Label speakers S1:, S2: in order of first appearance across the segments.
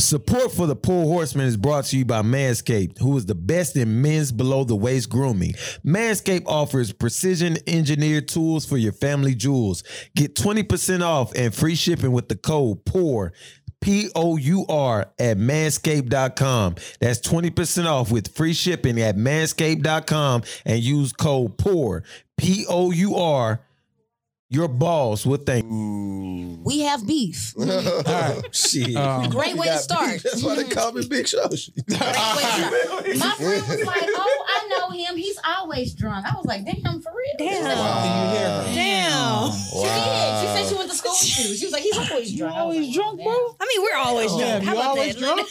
S1: Support for the Poor Horseman is brought to you by Manscaped, who is the best in men's below the waist grooming. Manscaped offers precision engineered tools for your family jewels. Get 20% off and free shipping with the code POUR, P O U R, at manscaped.com. That's 20% off with free shipping at manscaped.com and use code POUR, P O U R. Your balls will thank you.
S2: We have beef.
S1: Shit.
S3: Um,
S2: Great way to start.
S4: Oh, That's why they call me Big Show.
S2: Great way to start. My friend was like, "Oh, I know him. He's always drunk." I was like, "Damn, for real."
S5: Damn.
S4: Wow.
S5: Damn.
S2: She did. She said she went to school with you. She was like, "He's always drunk." I was
S3: always
S2: like,
S3: drunk,
S2: "Oh,
S3: bro.
S5: I mean, we're always drunk.
S3: Yeah,
S5: How
S3: you
S5: about
S3: always
S5: that?
S3: drunk.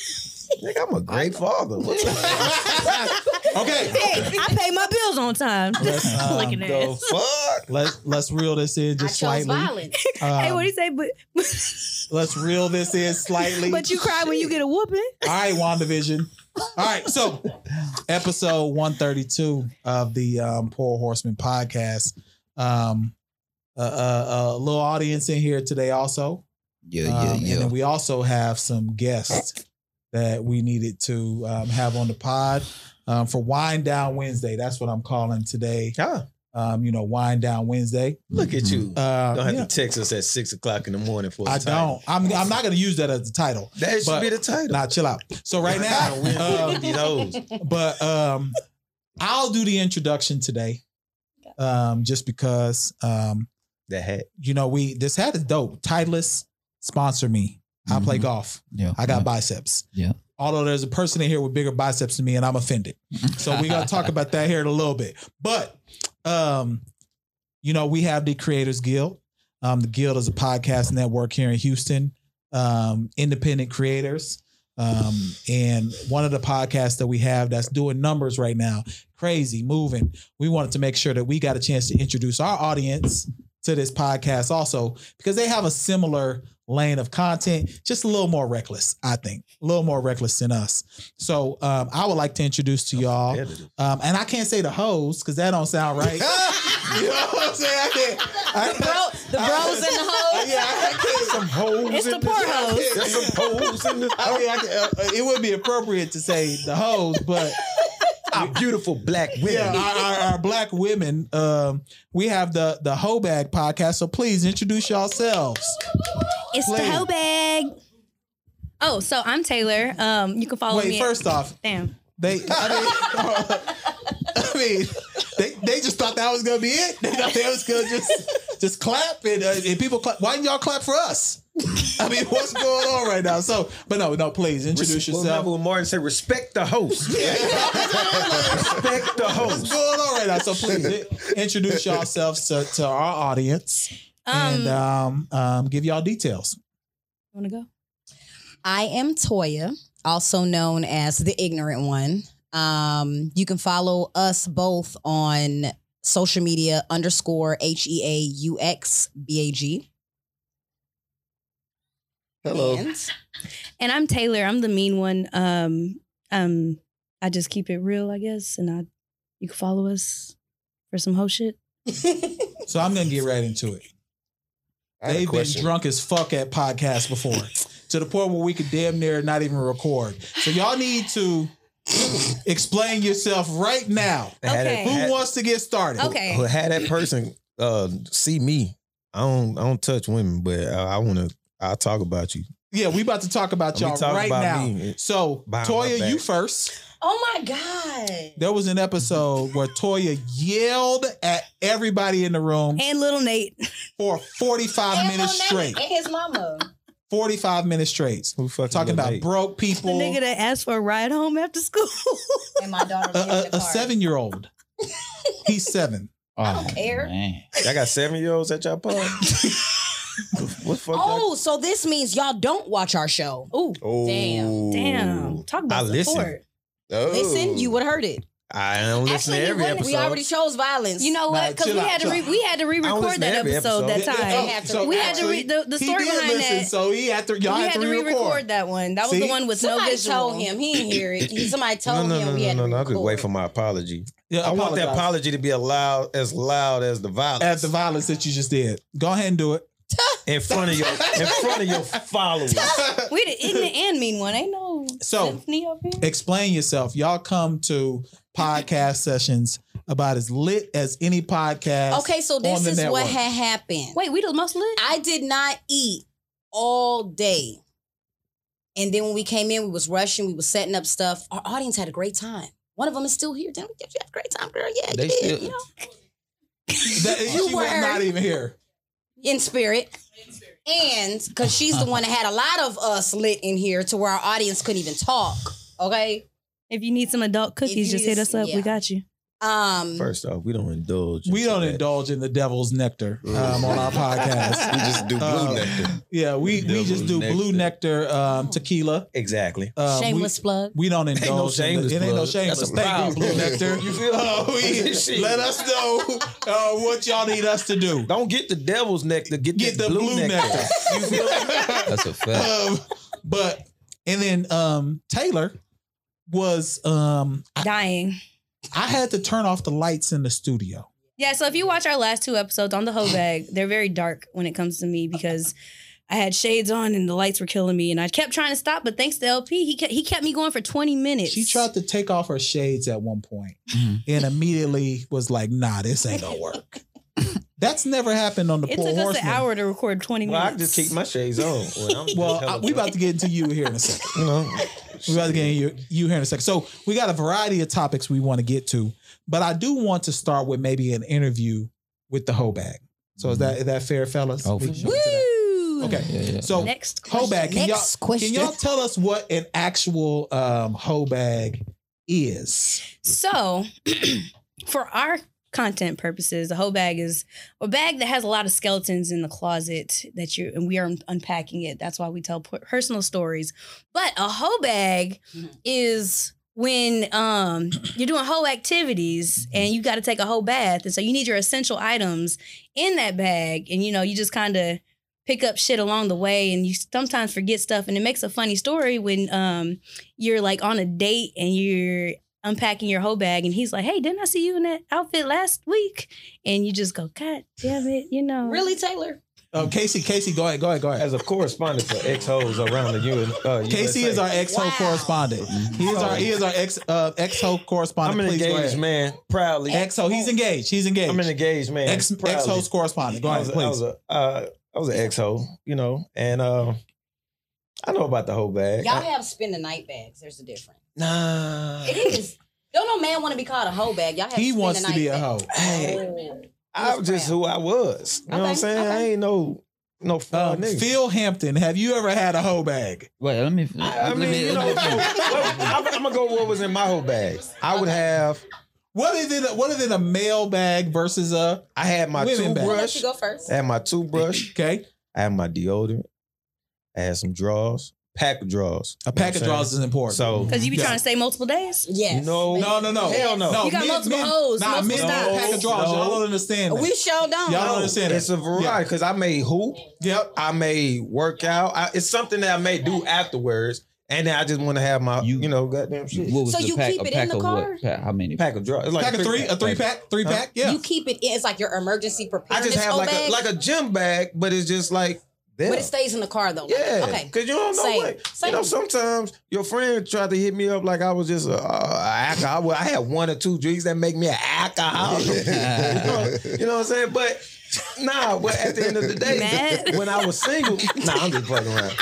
S4: Nigga, I'm a great father. What the
S3: Okay,
S5: Hey, I pay my bills on time.
S3: let's um,
S5: Looking at
S3: go.
S4: fuck?
S3: Let's let's reel this in
S2: I
S3: just
S2: chose
S3: slightly.
S2: violence.
S3: Um,
S5: hey, what do you say? But
S3: let's reel this in slightly.
S5: but you cry when you get a whooping.
S3: All right, WandaVision. All right, so episode 132 of the um, Poor Horseman podcast. Um, a, a, a little audience in here today, also.
S4: Yeah,
S3: Um, And then we also have some guests that we needed to um, have on the pod um, for Wind Down Wednesday. That's what I'm calling today.
S1: Ah,
S3: Um, you know, Wind Down Wednesday.
S1: look at you.
S3: Uh,
S1: Don't have
S3: yeah,
S1: to text us at six o'clock in the morning for. a
S3: I
S1: title.
S3: don't. I'm, I'm not going to use that as the title.
S1: That should
S3: But-
S1: be the title.
S3: Nah, chill out. So right now, um,
S1: These hoes.
S3: but um I'll do the introduction today. Um, just because um,
S1: That hat.
S3: you know, we this hat is dope. Titleist, sponsor me. I play
S4: Mm-hmm.
S6: Mhm.
S3: golf.
S6: Yeah.
S3: I got biceps.
S6: Yeah.
S3: Although there's a person in here with bigger biceps than me, and I'm offended. So we're gonna talk about that here in a little bit. But um, you know, we have the Creators Guild. Um, the Guild is a podcast network here in Houston, um, independent creators. Um, and one of the podcasts that we have that's doing numbers right now, crazy, moving. We wanted to make sure that we got a chance to introduce our audience to this podcast also, because they have a similar lane of content, just a little more reckless, I think, a little more reckless than us. So um, I would like to introduce to y'all
S1: Edited.
S3: um, and I can't say the hoes because that don't sound right. you know what I'm saying? I can't. I,
S5: The bro, the bros and the hoes.
S3: yeah, I can't.
S1: Some hoes.
S5: It's the
S1: in
S5: poor
S1: this-
S5: hoes.
S1: There's some hoes in this.
S3: I mean, I can, uh, uh, it would be appropriate to say the hoes, but
S1: Our beautiful black women.
S3: yeah, our, our, our black women. Um, we have the the hoe bag podcast. So please introduce yourselves.
S5: It's
S3: Play.
S5: the hoe bag. Oh, so I'm Taylor. Um, you can follow
S3: Wait,
S5: me. at-
S3: first off,
S5: damn.
S3: They, I mean, I mean, they they just thought that was gonna be it. They thought they was gonna just just clap and, uh, and people clap. Why didn't y'all clap for us? I mean, what's going on right now? So, but no, no, please introduce
S1: Remember
S3: yourself.
S1: when Martin said, "Respect the host." Respect the
S3: What's
S1: host.
S3: going on right now? So please i- introduce yourselves to, to our audience
S5: Um,
S3: and um, um, give y'all details.
S5: you wanna go?
S2: I am Toya, also known as the ignorant one. Um, you can follow us both on social media underscore H E A U X B A G.
S4: Hello.
S5: And I'm Taylor. I'm the mean one. Um, um, I just keep it real, I guess. And I, you can follow us for some hoe shit.
S3: So I'm gonna get right into it.
S4: I had a
S3: They've been
S4: question.
S3: drunk as fuck at podcasts before, to the point where we could damn near not even record. So y'all need to explain yourself right now.
S1: Had it-
S5: Okay.
S3: Who
S1: had-
S3: wants to get started?
S5: Okay.
S1: who had that person uh, see me? I don't. I don't touch women, but I, I want to. I'll talk about you.
S3: Yeah, we about to talk about
S1: We
S3: y'all
S1: talk
S3: right
S1: about
S3: now.
S1: me.
S3: So
S1: Behind my
S3: Toya,
S1: back.
S3: you first.
S2: Oh my God.
S3: There was an episode where Toya yelled at everybody in the room
S5: And little Nate.
S3: for 45 minutes straight.
S2: And his mama.
S3: 45 minutes straight.
S1: Who fucking
S3: Talking about
S1: relate?
S3: broke
S5: The
S3: people.
S5: nigga that asked for a ride home after school.
S2: And my daughter.
S3: A, a, a seven year old. He's seven.
S4: Oh,
S6: I
S2: don't care.
S6: Man.
S1: Y'all got seven year olds at y'all pub? what fuck? y'all-
S2: Oh, so this means y'all don't watch our show.
S5: Ooh,
S4: Oh.
S2: Damn.
S5: damn. Talk
S1: I
S5: about
S1: listen.
S5: support.
S4: Oh.
S2: Listen, you would have heard it.
S1: Oh. I don't listen
S5: Actually,
S1: to
S5: you
S1: every
S5: wouldn't.
S1: episode.
S2: We already chose violence.
S5: You know what?
S3: Nah,
S5: Because
S3: chill
S5: we
S3: out,
S5: had to re-
S3: chill out.
S5: we had to re-record
S1: listen to
S5: that
S1: every
S5: episode that
S1: episode.
S5: time.
S2: had to-
S3: so
S2: we
S5: had to re- the- the
S3: he
S5: story
S3: did
S5: behind
S3: listen,
S5: that-
S3: So he had to y'all
S5: we
S3: had to re-record.
S5: that one. That
S3: See?
S5: was the one with no
S2: Somebody
S5: visual.
S2: told him he didn't hear it. He- Somebody
S1: No,
S2: told
S1: no,
S2: him
S1: no,
S2: we
S1: no,
S2: had
S1: no,
S2: to
S1: no. I just wait
S2: record.
S1: for my apology.
S3: Yeah,
S1: I want that
S3: apologize.
S1: apology to be allowed as loud as the violence.
S3: at the violence that you just did. Go ahead and do it.
S1: in front of your in front of your followers.
S5: We the ignorant and mean one. Ain't no
S3: So-
S5: symphony up here.
S3: Explain yourself. Y'all come to podcast sessions about as lit as any podcast.
S2: Okay, so
S3: On
S2: this
S3: the
S2: is what
S3: network.
S2: had happened.
S5: Wait, we the most lit?
S2: I did not eat all day. And then when we came in, we was rushing, we was setting up stuff. Our audience had a great time. One of them is still here. Didn't we did you have a great time, girl? Yeah,
S4: They
S2: you did,
S4: still-
S2: you know,
S3: That,
S2: You
S3: she was
S2: were.
S3: not even here.
S2: in spirit. And because she's the one that had a lot of us lit in here to where our audience couldn't even talk. Okay.
S5: If you need some adult cookies,
S2: you
S5: just hit
S2: just-
S5: us up.
S2: yeah.
S5: We got you.
S2: Um
S1: First off, we don't indulge.
S3: We
S1: into
S3: don't
S1: that.
S3: indulge in the devil's nectar um, on our podcast.
S4: We just do blue
S3: Uh,
S4: nectar.
S3: Yeah, we, we just do
S1: Devil's
S3: blue nectar um,
S2: Oh.
S3: tequila.
S1: Exactly.
S3: Um,
S2: shameless plug.
S3: We, we don't
S1: no
S3: indulge. in
S1: shameless
S3: the, it ain't no
S1: plug. That's
S3: shameless.
S1: a
S3: Thank you,
S1: proud
S3: blue
S1: plug.
S3: nectar.
S1: You feel-
S3: Uh, we-
S1: Shit.
S3: let us know uh, what y'all need us to do.
S1: Don't get the devil's nectar. Get,
S3: Get
S1: the blue, nectar.
S3: You feel me?
S4: That's a fact.
S3: um, but and then um Taylor was um I,
S5: Dying.
S3: I had to turn off the lights in the studio.
S5: Yeah, so if you watch our last two episodes on the hoe bag, they're very dark when it comes to me because I had shades on and the lights were killing me, and I kept trying to stop, but thanks to LP, he kept, he kept me going for twenty minutes.
S3: She tried to take off her shades at one point
S4: Mm-hmm.
S3: and immediately was like, "Nah, this ain't gonna work." That's never happened on the
S5: It
S3: poor
S5: took us
S3: horseman.
S5: an hour to record twenty
S1: Well, I just
S5: minutes.
S1: keep my shades on. When I'm
S3: Well, I- we about to get into you here in a second.
S1: You know,
S3: We about to get you you here in a second. So we got a variety of topics we want to get to, but I do want to start with maybe an interview with the Hobag. So is that is that fair, fellas?
S4: Mm-hmm. Oh, for
S3: We can
S4: sure.
S3: jump to that.
S2: Woo!
S3: Okay.
S4: Yeah, yeah.
S3: So
S5: next
S3: hoe bag. Can y'all,
S2: Next
S3: can
S2: question.
S3: y'all tell us what an actual um, hoe bag is?
S5: So, for our content purposes, the whole bag is a bag that has a lot of skeletons in the closet that you and we are unpacking it. That's why we tell per- personal stories. But a hoe bag
S2: Mhm.
S5: is when um, you're doing hoe activities
S2: Mm-hmm.
S5: and you got to take a hoe bath, and so you need your essential items in that bag, and you know you just kind of pick up shit along the way and you sometimes forget stuff and it makes a funny story when um you're like on a date and you're unpacking your whole bag and he's like, Hey, didn't I see you in that outfit last week? And you just go, God damn it, you know.
S2: Really, Taylor?
S3: Um, Casey, Casey, go ahead, go ahead, go ahead.
S1: as a correspondent for ex hoes around the U. Uh,
S3: Casey
S1: USA,
S3: is our ex hoe
S2: Wow.
S3: correspondent. He is our he is our ex uh, ex hoe
S1: I'm
S3: correspondent.
S1: an
S3: Please go
S1: engaged
S3: ahead.
S1: man, proudly.
S3: Ex hoe, he's engaged. He's engaged.
S1: I'm an engaged man.
S3: ex ex
S1: proudly.
S3: host correspondent. Go
S1: I
S3: ahead,
S1: was, I was
S3: please.
S1: a, uh, I was an ex hoe, you know, and uh, I know about the whole bag.
S2: Y'all
S1: I-
S2: have spend the night bags. There's a difference.
S1: nah,
S2: It is. Don't no man want to be called a hoe bag. Y'all have
S3: He
S2: spend
S3: wants
S2: the
S3: to be
S2: night
S3: a
S2: bag.
S3: hoe.
S1: Hey,
S2: Oh.
S1: I
S2: was
S1: was just
S2: proud.
S1: who I was. You know what I'm
S2: Okay,
S1: saying? I
S2: okay.
S1: ain't no no fun
S3: Um,
S1: nigga.
S3: Phil Hampton, have you ever had a hoe bag?
S4: Wait, let me.
S1: I, I
S4: let
S1: mean,
S4: me-
S1: you know,
S4: let me-
S1: I'm, I'm gonna go what was in my whole bag. I would have.
S3: What is it? What is it? A male bag versus a
S1: I had my
S3: Women bag.
S2: I'll let you
S1: toothbrush.
S2: go first.
S1: I had my toothbrush.
S3: okay?
S1: I had my deodorant. I had some draws, pack of draws.
S3: A pack of draws is important. Mm-hmm.
S1: So
S5: Because you be
S3: Yeah.
S5: trying to stay multiple days.
S2: Yes.
S1: No.
S3: No, no, no.
S1: Hell no.
S5: You got
S3: men-
S5: multiple
S3: men-
S5: hoes,
S3: Nah,
S5: multiple
S3: men got a
S1: styles.
S3: pack of draws.
S1: No.
S3: Y'all don't understand. That.
S2: We sure don't.
S3: Y'all
S1: No,
S3: don't understand
S1: Oh, it's
S3: that.
S1: a variety because I may hoop,
S3: yep.
S1: I may work out. I, it's something that I may do afterwards, and then I just want to have my you,
S4: You-
S1: know goddamn shit.
S4: What was
S2: So
S4: the
S2: you
S4: pack,
S2: keep
S4: a
S2: it in
S4: pack
S2: the
S4: of
S2: car?
S4: What? Pack, how many?
S1: pack of draws, It's like
S3: pack of three, a three pack, three
S1: Huh?
S3: pack. Yeah.
S2: You keep it. in. It's like your emergency
S1: I
S2: preparedness
S1: just have like
S2: bag,
S1: a like a gym bag, but it's just like there.
S2: but it stays in the car though.
S1: yeah,
S2: Okay.
S1: Cause you don't know
S2: Same.
S1: what
S2: Same.
S1: you know. Sometimes your friend tried to hit me up like I was just a, uh, alcohol. Well, I had one or two drinks that make me an alcoholic. you know what I'm saying? But nah, but at the end of the day,
S5: Mad?
S1: when I was single, nah, I'm just fucking around.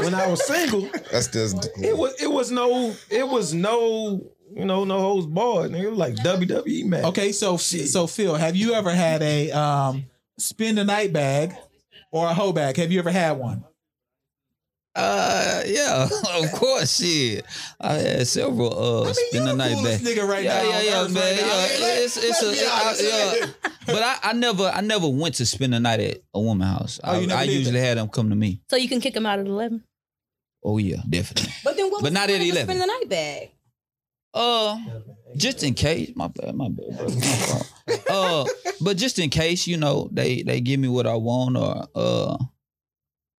S1: When I was single,
S6: That's just
S1: it was it was no it was no you know no holds barred. Nigga. It was like E, WWE match.
S3: Okay, so
S1: Shit.
S3: so Phil, have you ever had a um spend a night bag or a hoe bag? Have you ever had one?
S4: Uh, yeah, of course, shit. I had several uh
S3: I mean,
S4: spend
S3: you
S4: the
S3: the
S4: night
S3: coolest
S4: back.
S3: nigga right
S4: yeah,
S3: now
S4: yeah,
S3: on
S4: yeah,
S3: earth
S4: man.
S3: right now.
S4: yeah,
S3: I mean, let-
S4: it's it's a
S3: let's be honest.
S4: I- yeah. But I, I never I never went to spend the night at a woman's house.
S3: Oh,
S4: I,
S3: you never
S4: I
S3: did
S4: usually had them come to me.
S5: So you can kick him out at eleven.
S4: Oh yeah, definitely.
S2: But then what?
S4: But
S2: was
S4: not
S2: the
S4: at
S2: point of
S4: 11.
S2: Spend the night bag.
S4: Uh, just in case, my bad, my bad. Bro. My fault. uh, but just in case, you know, they they give me what I want, or uh,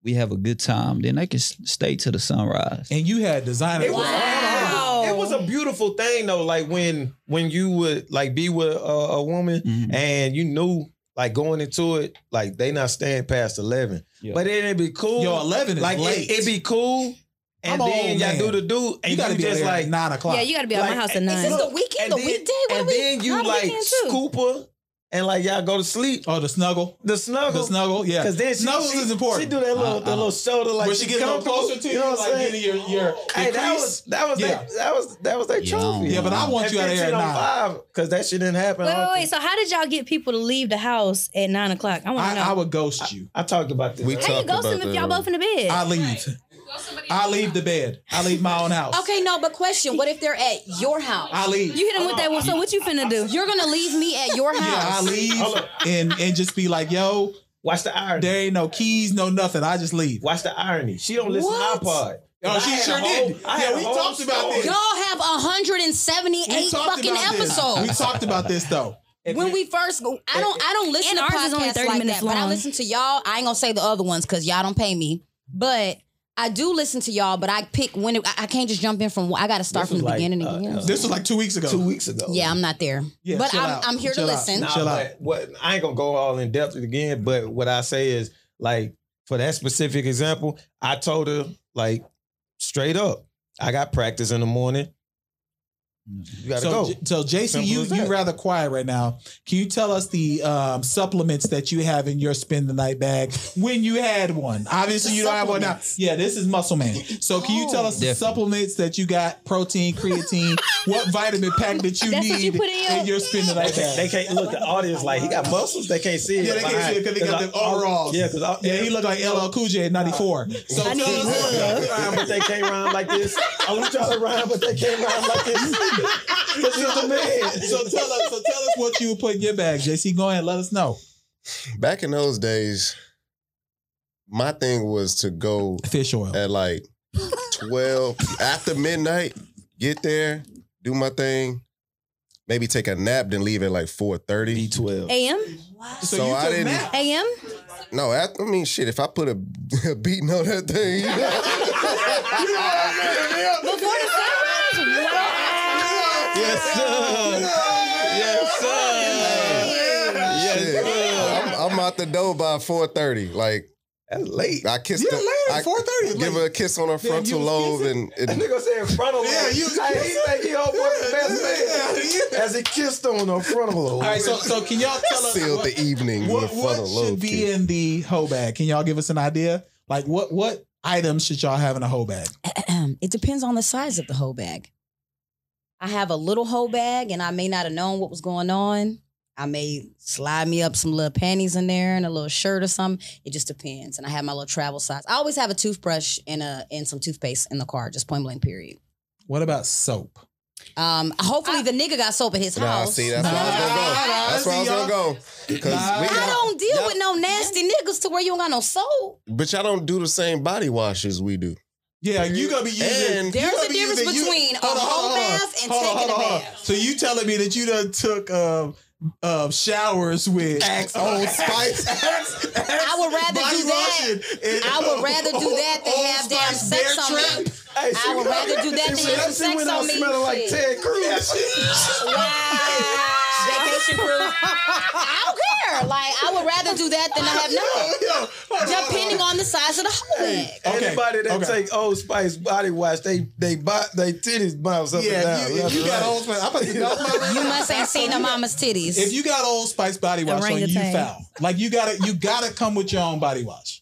S4: we have a good time. Then they can s- stay to the sunrise.
S3: And you had designer.
S1: It was,
S5: Wow.
S1: it was a beautiful thing though. Like when when you would like be with a, a woman
S4: Mhm.
S1: and you knew like going into it, like they not staying past eleven.
S4: Yeah.
S1: But then it'd be cool.
S3: Yo, eleven is
S1: like
S3: late.
S1: it, it be cool. And
S3: I'm an
S1: then
S3: old
S1: y'all
S3: man.
S1: do the do and
S3: you gotta be
S1: just
S3: there
S1: like
S3: at nine o'clock.
S5: Yeah, you got to be at
S1: Like,
S5: my house
S1: it's
S5: at
S2: Is
S5: nine.
S2: this
S1: just-
S2: the weekend,
S1: and
S2: the
S1: then-
S2: weekday? What
S1: and
S2: are we?
S1: then
S2: how
S1: you
S2: the
S1: like
S2: weekend too?
S1: scoop her and like y'all go to sleep.
S3: oh, the snuggle,
S1: The snuggle.
S3: the snuggle. Yeah,
S1: Cause then she,
S3: snuggles
S1: she-
S3: is important. Uh-huh.
S1: She do that little,
S4: Uh,
S1: that
S4: uh.
S1: little shoulder like
S3: when she gets a little
S1: comfortable,
S3: closer to you,
S1: know what I'm
S3: like
S1: saying?
S3: getting your your,
S1: Hey,
S3: your
S1: that
S3: crease.
S1: was that was
S3: Yeah.
S1: that, that was that was their
S4: Yeah.
S1: trophy.
S3: yeah, but I want you out of here at nine.
S1: because that shit didn't happen.
S5: Wait,
S1: I
S5: wait,
S1: don't
S5: wait.
S1: think-
S5: So how did y'all get people to leave the house at nine o'clock? I want
S3: I,
S5: to know.
S3: I would ghost you.
S1: I talked about this.
S6: We
S1: I-
S5: How you
S6: talked
S5: ghost
S6: about
S5: them if
S6: that
S5: y'all both in the bed?
S3: I leave. I leave the bed. I leave my own house.
S2: Okay, no, but question: What if they're at your house?
S3: I leave.
S5: you hit him with that one. So what you finna do?
S2: You're gonna leave me at your
S3: yeah, I
S2: house.
S3: leave
S1: Hold up.
S3: and and just be like, yo,
S1: Watch the irony.
S3: there ain't no keys, no nothing. I just leave.
S1: Watch the irony. She don't listen
S2: What?
S1: to iPod.
S3: Oh, she
S1: I had
S3: sure
S1: a whole-
S3: did.
S1: I
S3: Yeah,
S1: had a
S3: we
S1: whole
S3: talked about
S1: story.
S3: this.
S2: Y'all have 178 fucking
S3: This. We
S2: episodes.
S3: talked about this though.
S2: When we first go, I don't I don't listen
S5: And
S2: to
S5: ours is only
S2: podcasts
S5: 30
S2: like
S5: minutes
S2: that, but I
S5: long.
S2: listen to y'all. I ain't gonna say the other ones because y'all don't pay me. But I do listen to y'all, but I pick when it, I I can't just jump in from I gotta
S1: This
S2: start from
S1: was
S2: the
S1: like,
S2: beginning
S1: uh,
S2: again.
S1: uh,
S3: This was like two weeks ago.
S1: two weeks ago.
S2: yeah, I'm not there.
S3: Yeah,
S2: but
S3: chill
S2: I'm
S3: out.
S2: I'm here
S3: Chill
S2: to
S3: out.
S2: listen.
S1: Nah,
S3: Chill
S1: but
S3: out.
S1: What I ain't gonna go all in depth again, but what I say is like for that specific example, I told her like straight up, I got practice in the morning. You gotta
S3: so,
S1: go.
S3: J- so JC,
S1: Simple
S3: you
S1: as
S3: you
S1: that.
S3: rather quiet right now. Can you tell us the um, supplements that you have in your spend the night bag when you had one? Obviously, you don't have one now. Yeah, this is Muscle Man. So can you tell
S5: Oh.
S3: us the
S4: Definitely.
S3: supplements that you got? Protein, creatine, what vitamin pack that you
S5: That's
S3: need
S5: what you put in your-
S3: spend the
S1: They
S3: night
S1: can't,
S3: bag?
S1: they can't look. The audience like he got muscles. They can't see it.
S3: Yeah, they can't
S1: behind-
S3: see it 'cause they got the
S1: I-
S3: overalls.
S1: Yeah, because I-
S3: Yeah, he looked like LL Cool J in '94. So
S5: I need
S3: tell us-
S1: rhyme, but they can't rhyme like this. I want y'all to rhyme, but they can't rhyme like this. Because he's the man.
S3: so tell us, so tell us what you would put in your bag, JC. Go ahead, let us know.
S6: Back in those days, my thing was to go
S3: Fish oil.
S6: at like 12 after midnight get there do my thing maybe take a nap then leave at like 4.30
S1: twelve.
S5: A.M.
S6: so I
S3: took
S6: didn't-
S3: nap.
S5: A.M.
S6: no I, I mean shit if i put a, a beating on that thing you know what I mean?
S1: Yes, sir. Yes, sir.
S6: Shit. I'm, I'm out the door by 4.30 like
S1: That's late.
S6: i kissed
S3: Yeah,
S6: her
S3: later,
S6: I
S3: 4:30 is late.
S6: give her a kiss on her
S3: Damn, you
S6: frontal
S3: was
S6: lobe
S3: kissing?
S6: and, and
S1: Nigga said frontal lobe.
S3: Yeah, you-
S1: Hey, he think he old boy the best man.
S3: Yeah.
S1: As he kissed on her frontal lobe.
S3: All right, so so can y'all tell us
S6: sealed
S3: what,
S6: the evening
S3: what,
S6: with a
S3: what
S6: frontal
S3: should
S6: lobe
S3: be
S6: kiss.
S3: in the hoe bag? Can y'all give us an idea? Like what what items should y'all have in a hoe bag?
S2: it depends on the size of the hoe bag. I have a little hoe bag, and I may not have known what was going on. I may slide me up some little panties in there and a little shirt or something. It just depends. And I have my little travel size. I always have a toothbrush and a and some toothpaste in the car, just point blank. Period.
S3: What about soap?
S2: Um, hopefully
S5: I-
S2: the nigga got soap at his
S6: Nah,
S2: house.
S6: see, that's where I was gonna go. That's where I was gonna go. Cause
S3: Nah.
S6: we
S2: I
S6: got-
S2: don't deal with no nasty niggas to where you don't got no soap.
S6: But y'all don't do the same body washes we do.
S3: Yeah, you gonna be using.
S6: And-
S3: you
S2: There's
S3: gonna
S2: a
S3: be
S2: difference
S3: using- you-
S2: between a
S3: hold on,
S2: whole
S3: hold on, hold
S2: bath and
S3: on,
S2: taking
S3: hold
S2: a
S3: on, hold on.
S2: bath.
S3: So you telling me that you done took um, um, showers with Old Spice? I
S2: would rather do that. I would rather do that than have damn sex on me.
S1: Hey, she-
S2: I would rather do that than
S1: she-
S2: have
S1: she
S2: sex
S1: went out
S2: on me.
S1: smelling like
S2: Shit.
S1: Ted Cruz.
S2: Vacation proof. I don't care. Like I would rather do that than I have nothing. Depending on the size of the hoe bag.
S3: Okay,
S1: Anybody that
S3: okay.
S1: take Old Spice body wash, they they bo- they titties bounce up and
S3: Yeah,
S1: down.
S3: if you, if
S1: left
S3: you
S1: and
S3: got
S1: right.
S3: Old Spice, I'm about to dump my
S2: You must ain't seen no mama's titties.
S3: If you got Old Spice body wash on, you
S5: Orangutan.
S3: foul. Like you gotta, you gotta come with your own body wash.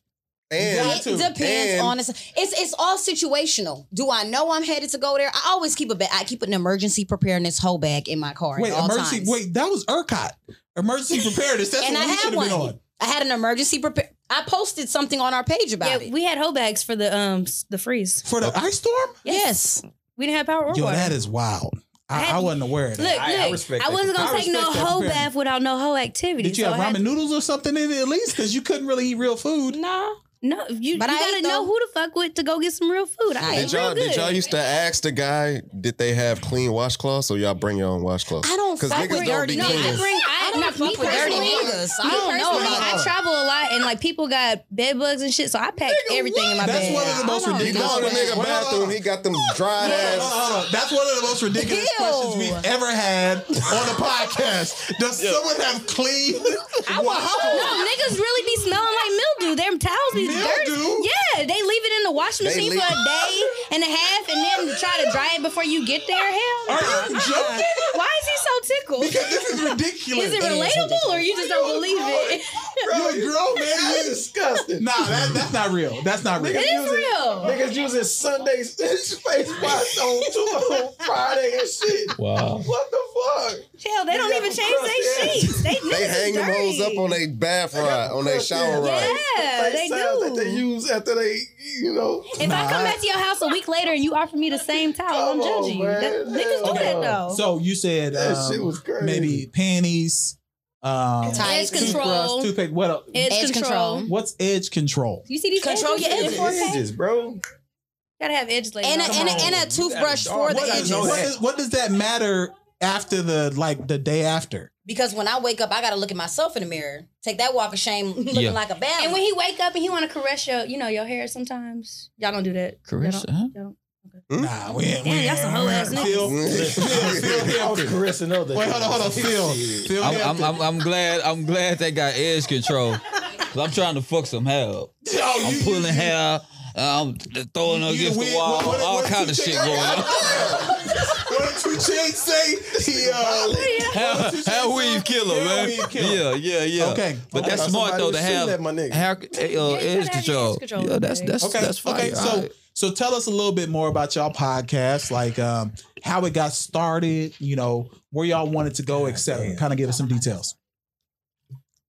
S6: And
S2: it
S3: too.
S2: depends
S6: And-
S2: on it's, it's it's all situational. Do I know I'm headed to go there? I always keep a ba- I keep an emergency preparedness hoe bag in my car.
S3: Wait,
S2: at all
S3: emergency.
S2: times.
S3: Wait, that was ERCOT. Emergency preparedness. That's
S2: and I
S3: what we
S2: had
S3: should have
S2: one.
S3: been on.
S2: I had an emergency prepare. I posted something on our page
S5: Yeah,
S2: about it.
S5: we had hoe bags for the um s- the freeze.
S3: For the ice storm?
S2: yes.
S5: We didn't have power or
S3: Yo,
S5: water.
S3: that is wild. I, I wasn't aware of
S5: Look,
S3: that.
S5: look.
S1: I- I
S5: I,
S1: respect that.
S5: wasn't gonna
S3: I
S5: take no
S3: respect that
S5: hoe
S3: comparison.
S5: bath without no hoe activity.
S3: Did you
S5: so
S3: have
S5: I had
S3: ramen noodles or something in it at least? Because you couldn't really eat real food.
S2: Nah.
S5: No, you,
S2: But
S5: you
S2: I
S5: gotta
S2: ate
S5: know
S2: them.
S5: who to fuck with to go get some real food. I
S6: did
S5: ate real
S6: y'all
S5: good.
S6: did y'all used to ask the guy did they have clean washcloths or y'all bring your own washcloths?
S2: I don't
S6: Because
S2: fuck with
S6: niggas don't
S2: dirty
S6: be
S5: no, I
S2: niggas.
S6: cleaning.
S5: bring. I,
S2: I
S5: I
S2: not
S5: like me
S2: fuck with dirty
S5: personally.
S2: niggas. I
S5: Me
S2: don't know
S5: personally,
S2: about
S5: I
S2: that.
S5: travel a lot and like people got bed bugs and shit, so I pack everything in my
S3: That's
S5: bag.
S3: one of the most
S2: I don't
S6: You
S3: ridiculous.
S6: go in the
S3: questions-
S6: nigga
S3: Hold on, hold
S6: bathroom,
S3: on.
S6: he got them dried
S3: Hold on,
S6: ass.
S3: hold on. That's one of the most ridiculous
S2: Ew.
S3: questions we've ever had on a podcast. Does someone have clean? I
S5: No, niggas really be smelling like mildew. Their towels be
S3: Mildew?
S5: dirty. Yeah, they leave it in the washing
S6: They
S5: machine
S6: leave-
S5: for a day and a half, and then try to dry it before you get there. Hell,
S3: Are you
S5: no.
S3: joking?
S5: Why is he so tickled?
S3: Because this is ridiculous.
S5: Is it relatable or you just don't believe it?
S3: You're a grown man. You disgusting. Nah, that, that's not real. That's not real.
S5: It is real.
S1: Niggas using Sundays.
S3: Face wash on two on Friday and shit.
S4: Wow.
S3: What the fuck?
S5: Hell, they don't even change their sheets. They,
S6: They hang them hoes up on their bath rod, on their shower rod.
S5: Yeah, they do.
S1: use after they, you know.
S5: If I come back to your house a week later and you offer me the same towel, I'm judging you. That, niggas do that though.
S3: So you said um,
S1: crazy.
S3: maybe panties, um,
S2: Tights.
S5: Edge control.
S3: toothbrush, toothpaste. What else?
S5: Edge,
S2: Edge
S5: control.
S2: control.
S3: What's edge control?
S5: You see these
S2: Control your
S5: edges?
S2: edges.
S5: in 4K?
S1: bro.
S5: Gotta have edge later.
S2: And a, and, a, and a toothbrush for the
S3: What,
S1: I
S3: does,
S2: edges.
S1: know
S3: what,
S1: that.
S3: does, what does that matter after the like the day after?
S2: Because when I wake up, I gotta look at myself in the mirror. Take that walk of shame, looking
S4: Yeah.
S2: like a bad.
S5: And when he wake up and he want to caress your, you know, your hair sometimes. Y'all don't do that.
S4: Caress
S5: Y'all
S4: it, huh?
S5: don't- y'all don't.
S3: Nah, Ah, we ain't.
S5: Damn, y'all some hoe ass niggas.
S3: Phil, listen, Phil, Phil
S1: I was
S3: Hampton.
S1: caressing other.
S3: Wait, hold on, hold on, Phil. Phil
S4: I'm,
S3: Hampton.
S4: I'm, I'm, I'm glad. I'm glad they got edge control. Cause I'm trying to fuck some hair. up.
S3: Oh, you-
S4: I'm
S3: you-
S4: pulling hair. I'm throwing her
S3: You
S4: against
S3: weird.
S4: the wall.
S3: What- what-
S4: all
S3: what
S4: kind
S3: you
S4: of shit
S3: think?
S4: going on.
S3: What did you change say? He, uh,
S5: Oh,
S4: Hair, hair weave killer,
S3: Hair
S4: man.
S3: weave killer.
S4: Yeah, yeah, yeah.
S3: Okay.
S4: but
S3: Okay.
S4: that's
S1: I thought
S4: smart though
S1: somebody was
S4: to have
S1: shooting at my nigga.
S4: hair, uh,
S5: gotta have
S4: edge
S5: your
S4: control.
S5: edge control,
S4: Yeah, that's
S5: baby.
S4: that's
S3: okay,
S4: that's fire.
S3: okay. So,
S4: All right.
S3: so tell us a little bit more about y'all podcast, like um, how it got started. You know, where y'all wanted to go, etc. Kind of give us some details.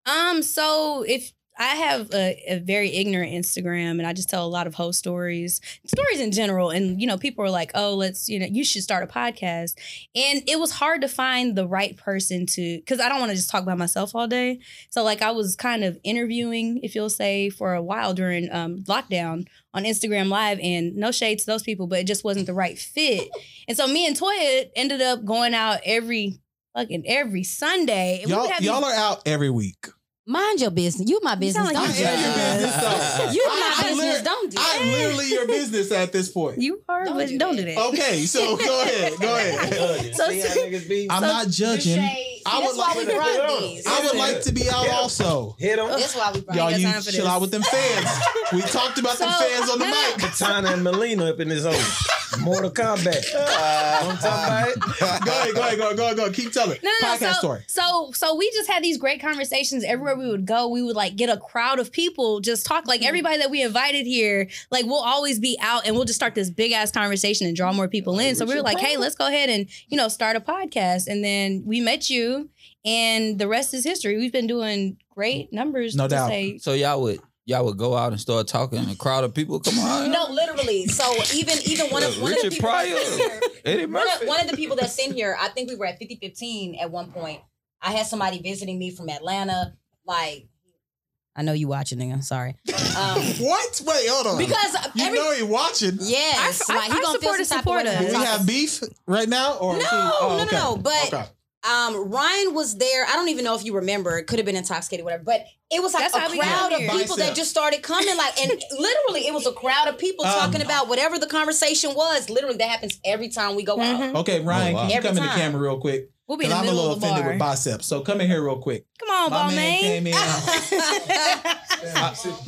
S5: Um, so if I have a, a very ignorant Instagram and I just tell a lot of hoe stories, stories in general. And, you know, people are like, oh, let's, you know, you should start a podcast. And it was hard to find the right person to, because I don't want to just talk by myself all day. So, like, I was kind of interviewing, if you'll say, for a while during um, lockdown on Instagram Live. And no shade to those people, but it just wasn't the right fit. And so, me and Toya ended up going out every fucking every Sunday. And we
S3: y'all,
S5: would have these
S3: y'all are out every week.
S2: Mind your business. You my business.
S5: sound like
S2: Don't
S5: you-
S2: judge.
S5: Yeah, your business,
S4: though.
S2: You
S3: I-
S2: my
S3: I
S2: business.
S3: lit-
S2: Don't do
S3: I'm
S2: that.
S3: literally your business at this point.
S5: You are,
S2: Don't
S5: but
S2: do
S5: don't
S2: that.
S5: do that.
S3: Okay, so go ahead, go ahead.
S5: So-
S1: See how niggas be?
S3: I'm not judging. I would
S2: That's why
S3: like,
S2: we
S1: to-
S2: brought these.
S3: I would like to be out also.
S1: Hit him.
S2: That's why we brought
S3: Y'all,
S5: got
S3: you
S5: time for
S3: chill
S5: this.
S3: out with them fans. We talked about them
S5: So-
S3: fans on the mic.
S1: Katana and Melina up in this hole. Mortal Kombat. I'm talking about it.
S3: Go ahead, go ahead, go ahead, go ahead, go ahead. Keep telling.
S5: No, no, no.
S3: Podcast
S5: so,
S3: story.
S5: so, so we just had these great conversations everywhere we would go. We would like get a crowd of people, just talk. Like
S3: Mm-hmm.
S5: everybody that we invited here, like we'll always be out, and we'll just start this big ass conversation and draw more people in. So we were like, hey, let's go ahead and you know start a podcast. And then we met you, and the rest is history. We've been doing great numbers.
S3: No
S5: to
S3: doubt.
S5: Say,
S4: So y'all would y'all would go out and start talking and a crowd of people. Come on.
S2: No, literally. So even even one of one of the
S4: Richard
S2: people
S4: Pryor.
S2: that's in here,
S4: Eddie
S2: one
S4: Murphy.
S2: of, one of the people that's in here, I think we were at 50 15 at one point. I had somebody visiting me from Atlanta. Like, I know you watching, nigga. Sorry. Um,
S3: What? Wait, hold on.
S2: because
S3: you
S2: every
S3: know he watching.
S2: yes,
S5: Our-
S2: like he
S5: our
S2: gonna feel
S5: supporters
S2: some type
S5: support
S2: of way
S5: us.
S2: when we
S3: Do we
S2: talk-
S3: have beef right now? Or
S2: No,
S3: is he- oh,
S2: no, no,
S3: okay.
S2: no, but-
S3: okay.
S2: um, Ryan was there. I don't even know if you remember. It could have been intoxicated, whatever. But it was like
S5: That's how
S2: a
S5: we
S2: crowd
S5: got
S2: of
S5: here.
S2: people that
S3: Bicep.
S2: just started coming. Like, and literally, it was a crowd of people
S3: Um,
S2: talking about whatever the conversation was. Literally, that happens every time we go out.
S5: Mhm.
S3: okay, Ryan,
S4: Oh, wow.
S3: can you
S2: Every
S3: come in the
S2: time.
S3: camera real quick?
S5: We'll be in
S3: Because I'm
S5: the
S3: a
S5: middle
S3: little
S5: of the
S3: offended
S5: bar.
S3: with biceps. So come in here real quick.
S5: Come on,
S3: My
S5: ball
S3: man
S5: man.
S3: came in.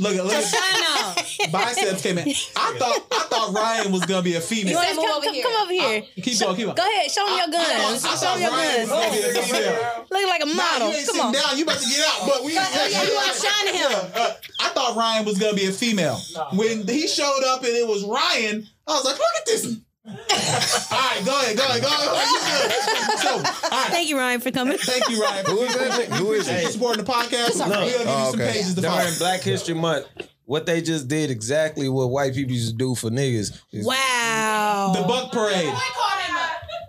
S3: Look at look at
S2: China,
S3: biceps came in. I thought I thought Ryan was gonna be a
S5: You
S3: female.
S2: wanna
S5: said,
S2: move
S5: come,
S2: over
S5: come-
S2: here?
S5: come over here.
S3: Keep going, keep going.
S5: Go ahead, show them your guns.
S3: I
S5: Show
S3: thought
S5: them your
S3: Ryan
S5: guns.
S3: was gonna be a female.
S5: Look like a
S3: Nah,
S5: model.
S3: you ain't
S5: Come
S3: sitting
S5: on.
S3: down. You about to get out, but we.
S2: yeah, you outshining him.
S3: Uh, I thought Ryan was gonna be a female. When he showed up and it was Ryan, I was like, look at this. all right, go ahead, go ahead, go ahead. You good. So, all right,
S5: Thank you, Ryan, for coming.
S3: thank you, Ryan.
S6: Who is that? nigga? Who is it?
S3: supporting the podcast. We're gonna give you
S6: Oh,
S3: some
S6: okay.
S3: pages to follow.
S1: During Black History Month, what they just did exactly what white people used to do for niggas. is-
S5: Wow.
S1: Oh.
S3: The Buck Parade.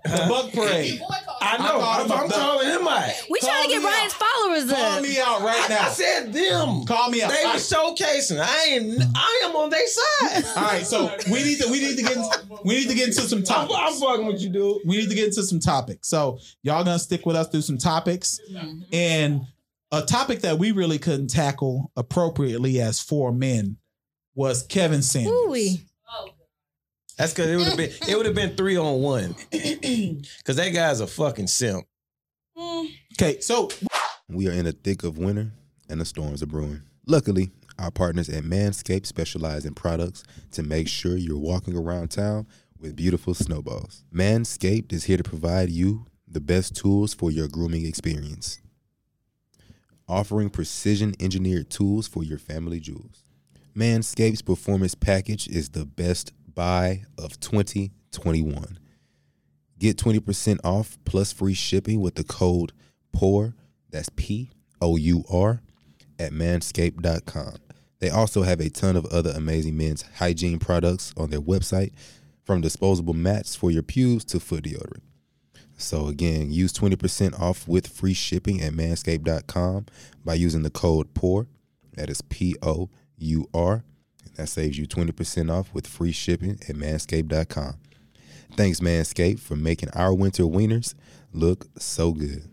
S3: The Buck Parade.
S1: I know.
S3: called
S1: I'm,
S3: him
S1: I'm
S3: up.
S1: calling him out.
S5: We
S3: Call
S5: trying to get
S3: me
S5: Brian's followers
S3: Call
S5: up.
S3: me out right
S1: I, I
S3: now.
S1: said them.
S3: Call me out.
S1: They
S3: All
S1: were
S3: right.
S1: showcasing. I ain't. I am on their side.
S3: All right, so we need to we need to get we need to get into some
S1: I'm,
S3: topics.
S1: I'm fucking with you, dude.
S3: we need to get into some topics. So y'all gonna stick with us through some topics and a topic that we really couldn't tackle appropriately as four men was Kevin Sanders.
S5: Ooh-wee.
S1: That's because it would have been. It would have been three on one. Because that guy's a fucking simp.
S3: Okay, so
S7: We are in the thick of winter and the storms are brewing. Luckily, our partners at Manscaped specialize in products to make sure you're walking around town with beautiful snowballs. Manscaped is here to provide you the best tools for your grooming experience, offering precision engineered tools for your family jewels. Manscaped's performance package is the best buy of 2021. Get 20% off plus free shipping with the code POUR, that's P O U R, at manscaped.com. They also have a ton of other amazing men's hygiene products on their website, from disposable mats for your pubes to foot deodorant. So, again, use 20% off with free shipping at manscaped.com by using the code POUR, that is P O U R. That saves you 20% off with free shipping at manscaped.com. Thanks, Manscaped, for making our winter wieners look so good.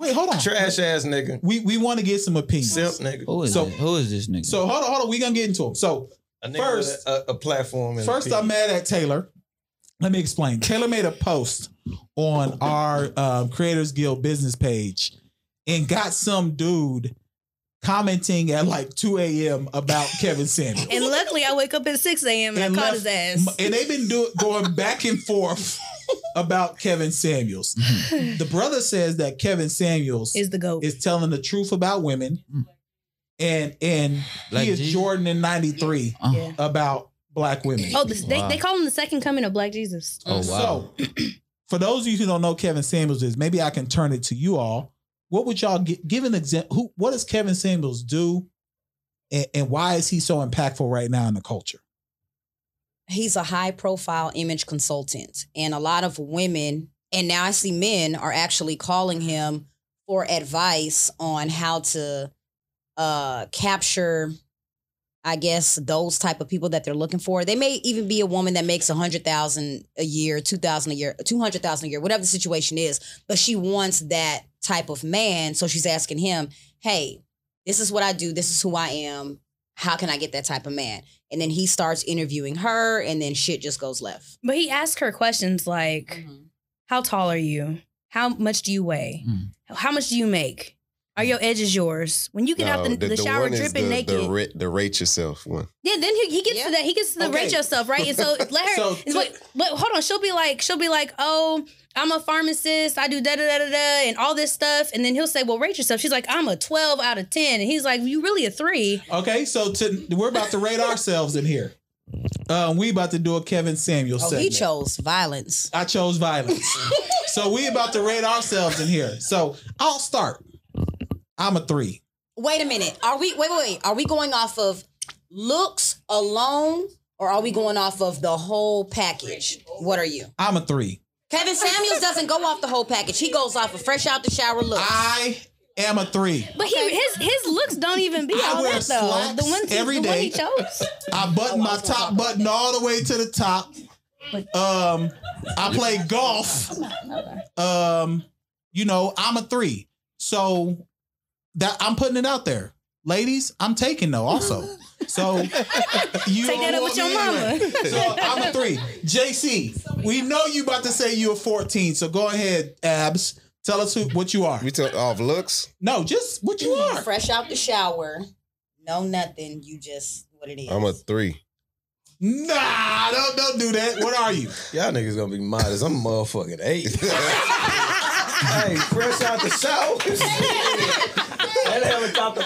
S3: wait, hold on.
S1: Trash ass nigga.
S3: We we want to get some opinions.
S1: Simp nigga.
S4: Who is
S3: So-
S4: this? Who is this nigga?
S3: So hold on, hold on. We gonna get into them. So
S1: A nigga
S3: First-
S1: with a, a platform. And
S3: first,
S1: a
S3: I'm mad at Taylor. Let me explain. Taylor made a post on our um, Creators Guild business page and got some dude commenting at like 2 a.m. about Kevin Sanders.
S5: And luckily, I wake up at 6 a.m. and, I caught his
S3: left-
S5: ass.
S3: And they've been do, going back and forth about Kevin Samuels. the brother says that Kevin Samuels is,
S5: Mm-hmm. is the GOAT.
S3: telling the truth about women, and and
S4: Like
S3: he is
S4: Jesus?
S3: Jordan in '93
S4: Uh,
S5: yeah.
S3: about black women.
S5: Oh, this,
S4: Wow.
S5: they, they call him the second coming of Black Jesus.
S4: Oh wow.
S3: So, for those of you who don't know Kevin Samuels is, maybe I can turn it to you all. What would y'all gi- give an example? Who? What does Kevin Samuels do? And, and why is he so impactful right now in the culture?
S2: he's a high profile image consultant and a lot of women and now i see men are actually calling him for advice on how to uh capture i guess those type of people that they're looking for they may even be a woman that makes a hundred thousand a year two thousand a year two hundred thousand a year whatever the situation is but she wants that type of man so she's asking him hey this is what i do this is who i am how can i get that type of man and then he starts interviewing her, and then shit just goes left.
S5: But he asked her questions like, How tall are you? How much do you weigh?
S4: Mm.
S6: Hmm.
S5: How much do you make? Are your edges yours? When you get out the, the, shower
S6: one is
S5: dripping
S6: the,
S5: naked.
S6: The, ra- the rate yourself one.
S5: yeah, then he, he gets
S2: Yeah.
S5: to that. He gets to the
S3: Okay.
S5: rate yourself, right? And so let her.
S3: So
S5: it's like- but hold on, she'll be like, she'll be like, oh, I'm a pharmacist. I do da da da da da and all this stuff. And then he'll say, well, rate yourself. She's like, I'm a 12 out of 10. And he's like, you really a three?
S3: Okay, so to, we're about to rate ourselves in here. Um, we about to do a Kevin Samuels
S2: Oh, he
S3: segment.
S2: chose violence.
S3: I chose violence. so we about to rate ourselves in here. So I'll start. I'm a three.
S2: Wait a minute. Are we? Wait, wait, wait. Are we going off of looks alone, or are we going off of the whole package? What are you?
S3: I'm a three.
S2: Kevin Samuels doesn't go off the whole package. He goes off of fresh out the shower looks.
S3: I am a three.
S5: But he, his his looks don't even be
S3: I
S5: all
S3: wear
S5: that though.
S3: slacks
S5: The ones he-
S3: every
S5: the one
S3: day.
S5: he chose.
S3: I button my top button all the way to the top. Um, I play golf. Um, you know, I'm a three. So that I'm putting it out there. Ladies, I'm taking though also. So you
S5: Take that up with your mama.
S3: So I'm a three. JC, we know you about to say you're 14. So go ahead, Abs. Tell us who, what you are.
S6: We took off looks.
S3: No, just what you are.
S2: fresh out the shower, no nothing. You just what it is.
S6: I'm a three.
S3: Nah, don't don't do that. What are you?
S1: Y'all niggas gonna be modest. I'm a motherfucking eight. hey, fresh out the show. that haven't top the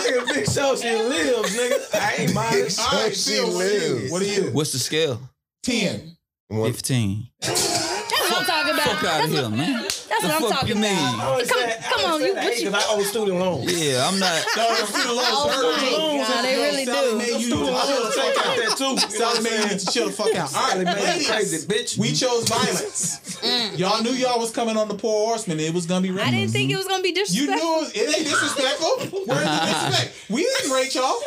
S1: Nigga, big show she lives, nigga. I ain't modest.
S3: All right,
S6: She
S3: Phil, what are you?
S6: lives.
S3: What are you?
S4: What's the scale?
S3: Ten.
S6: One,
S4: Fifteen.
S5: That's what I'm talking about.
S4: Fuck out of here, man.
S5: That's That's
S4: The
S5: what I'm
S4: fuck
S5: talking
S4: you mean?
S5: about.
S1: always
S5: Come,
S1: said- I
S5: come
S1: always said
S5: on,
S1: I
S5: you. What
S1: hate
S5: you
S1: 'cause I owe student loans.
S4: Yeah, I'm not.
S3: No, it's student loans.
S5: Oh
S3: Sally
S5: my God, they really
S3: Sally
S5: do.
S3: made you need to
S1: I
S3: chill the
S1: want to take out
S3: fuck out.
S1: that too. You know what
S3: Sally
S1: I'm
S3: made you
S1: saying?
S3: need to chill the fuck out. All
S1: Sally
S3: right,
S1: made you
S3: ladies.
S1: crazy, bitch.
S3: We chose violence. y'all knew y'all was coming on the poor horseman. It was gonna be
S5: Mm. I
S3: written.
S5: didn't think it was gonna be
S3: You
S5: disrespectful.
S3: knew it, was, it ain't disrespectful. Where's the disrespect? We didn't rate y'all.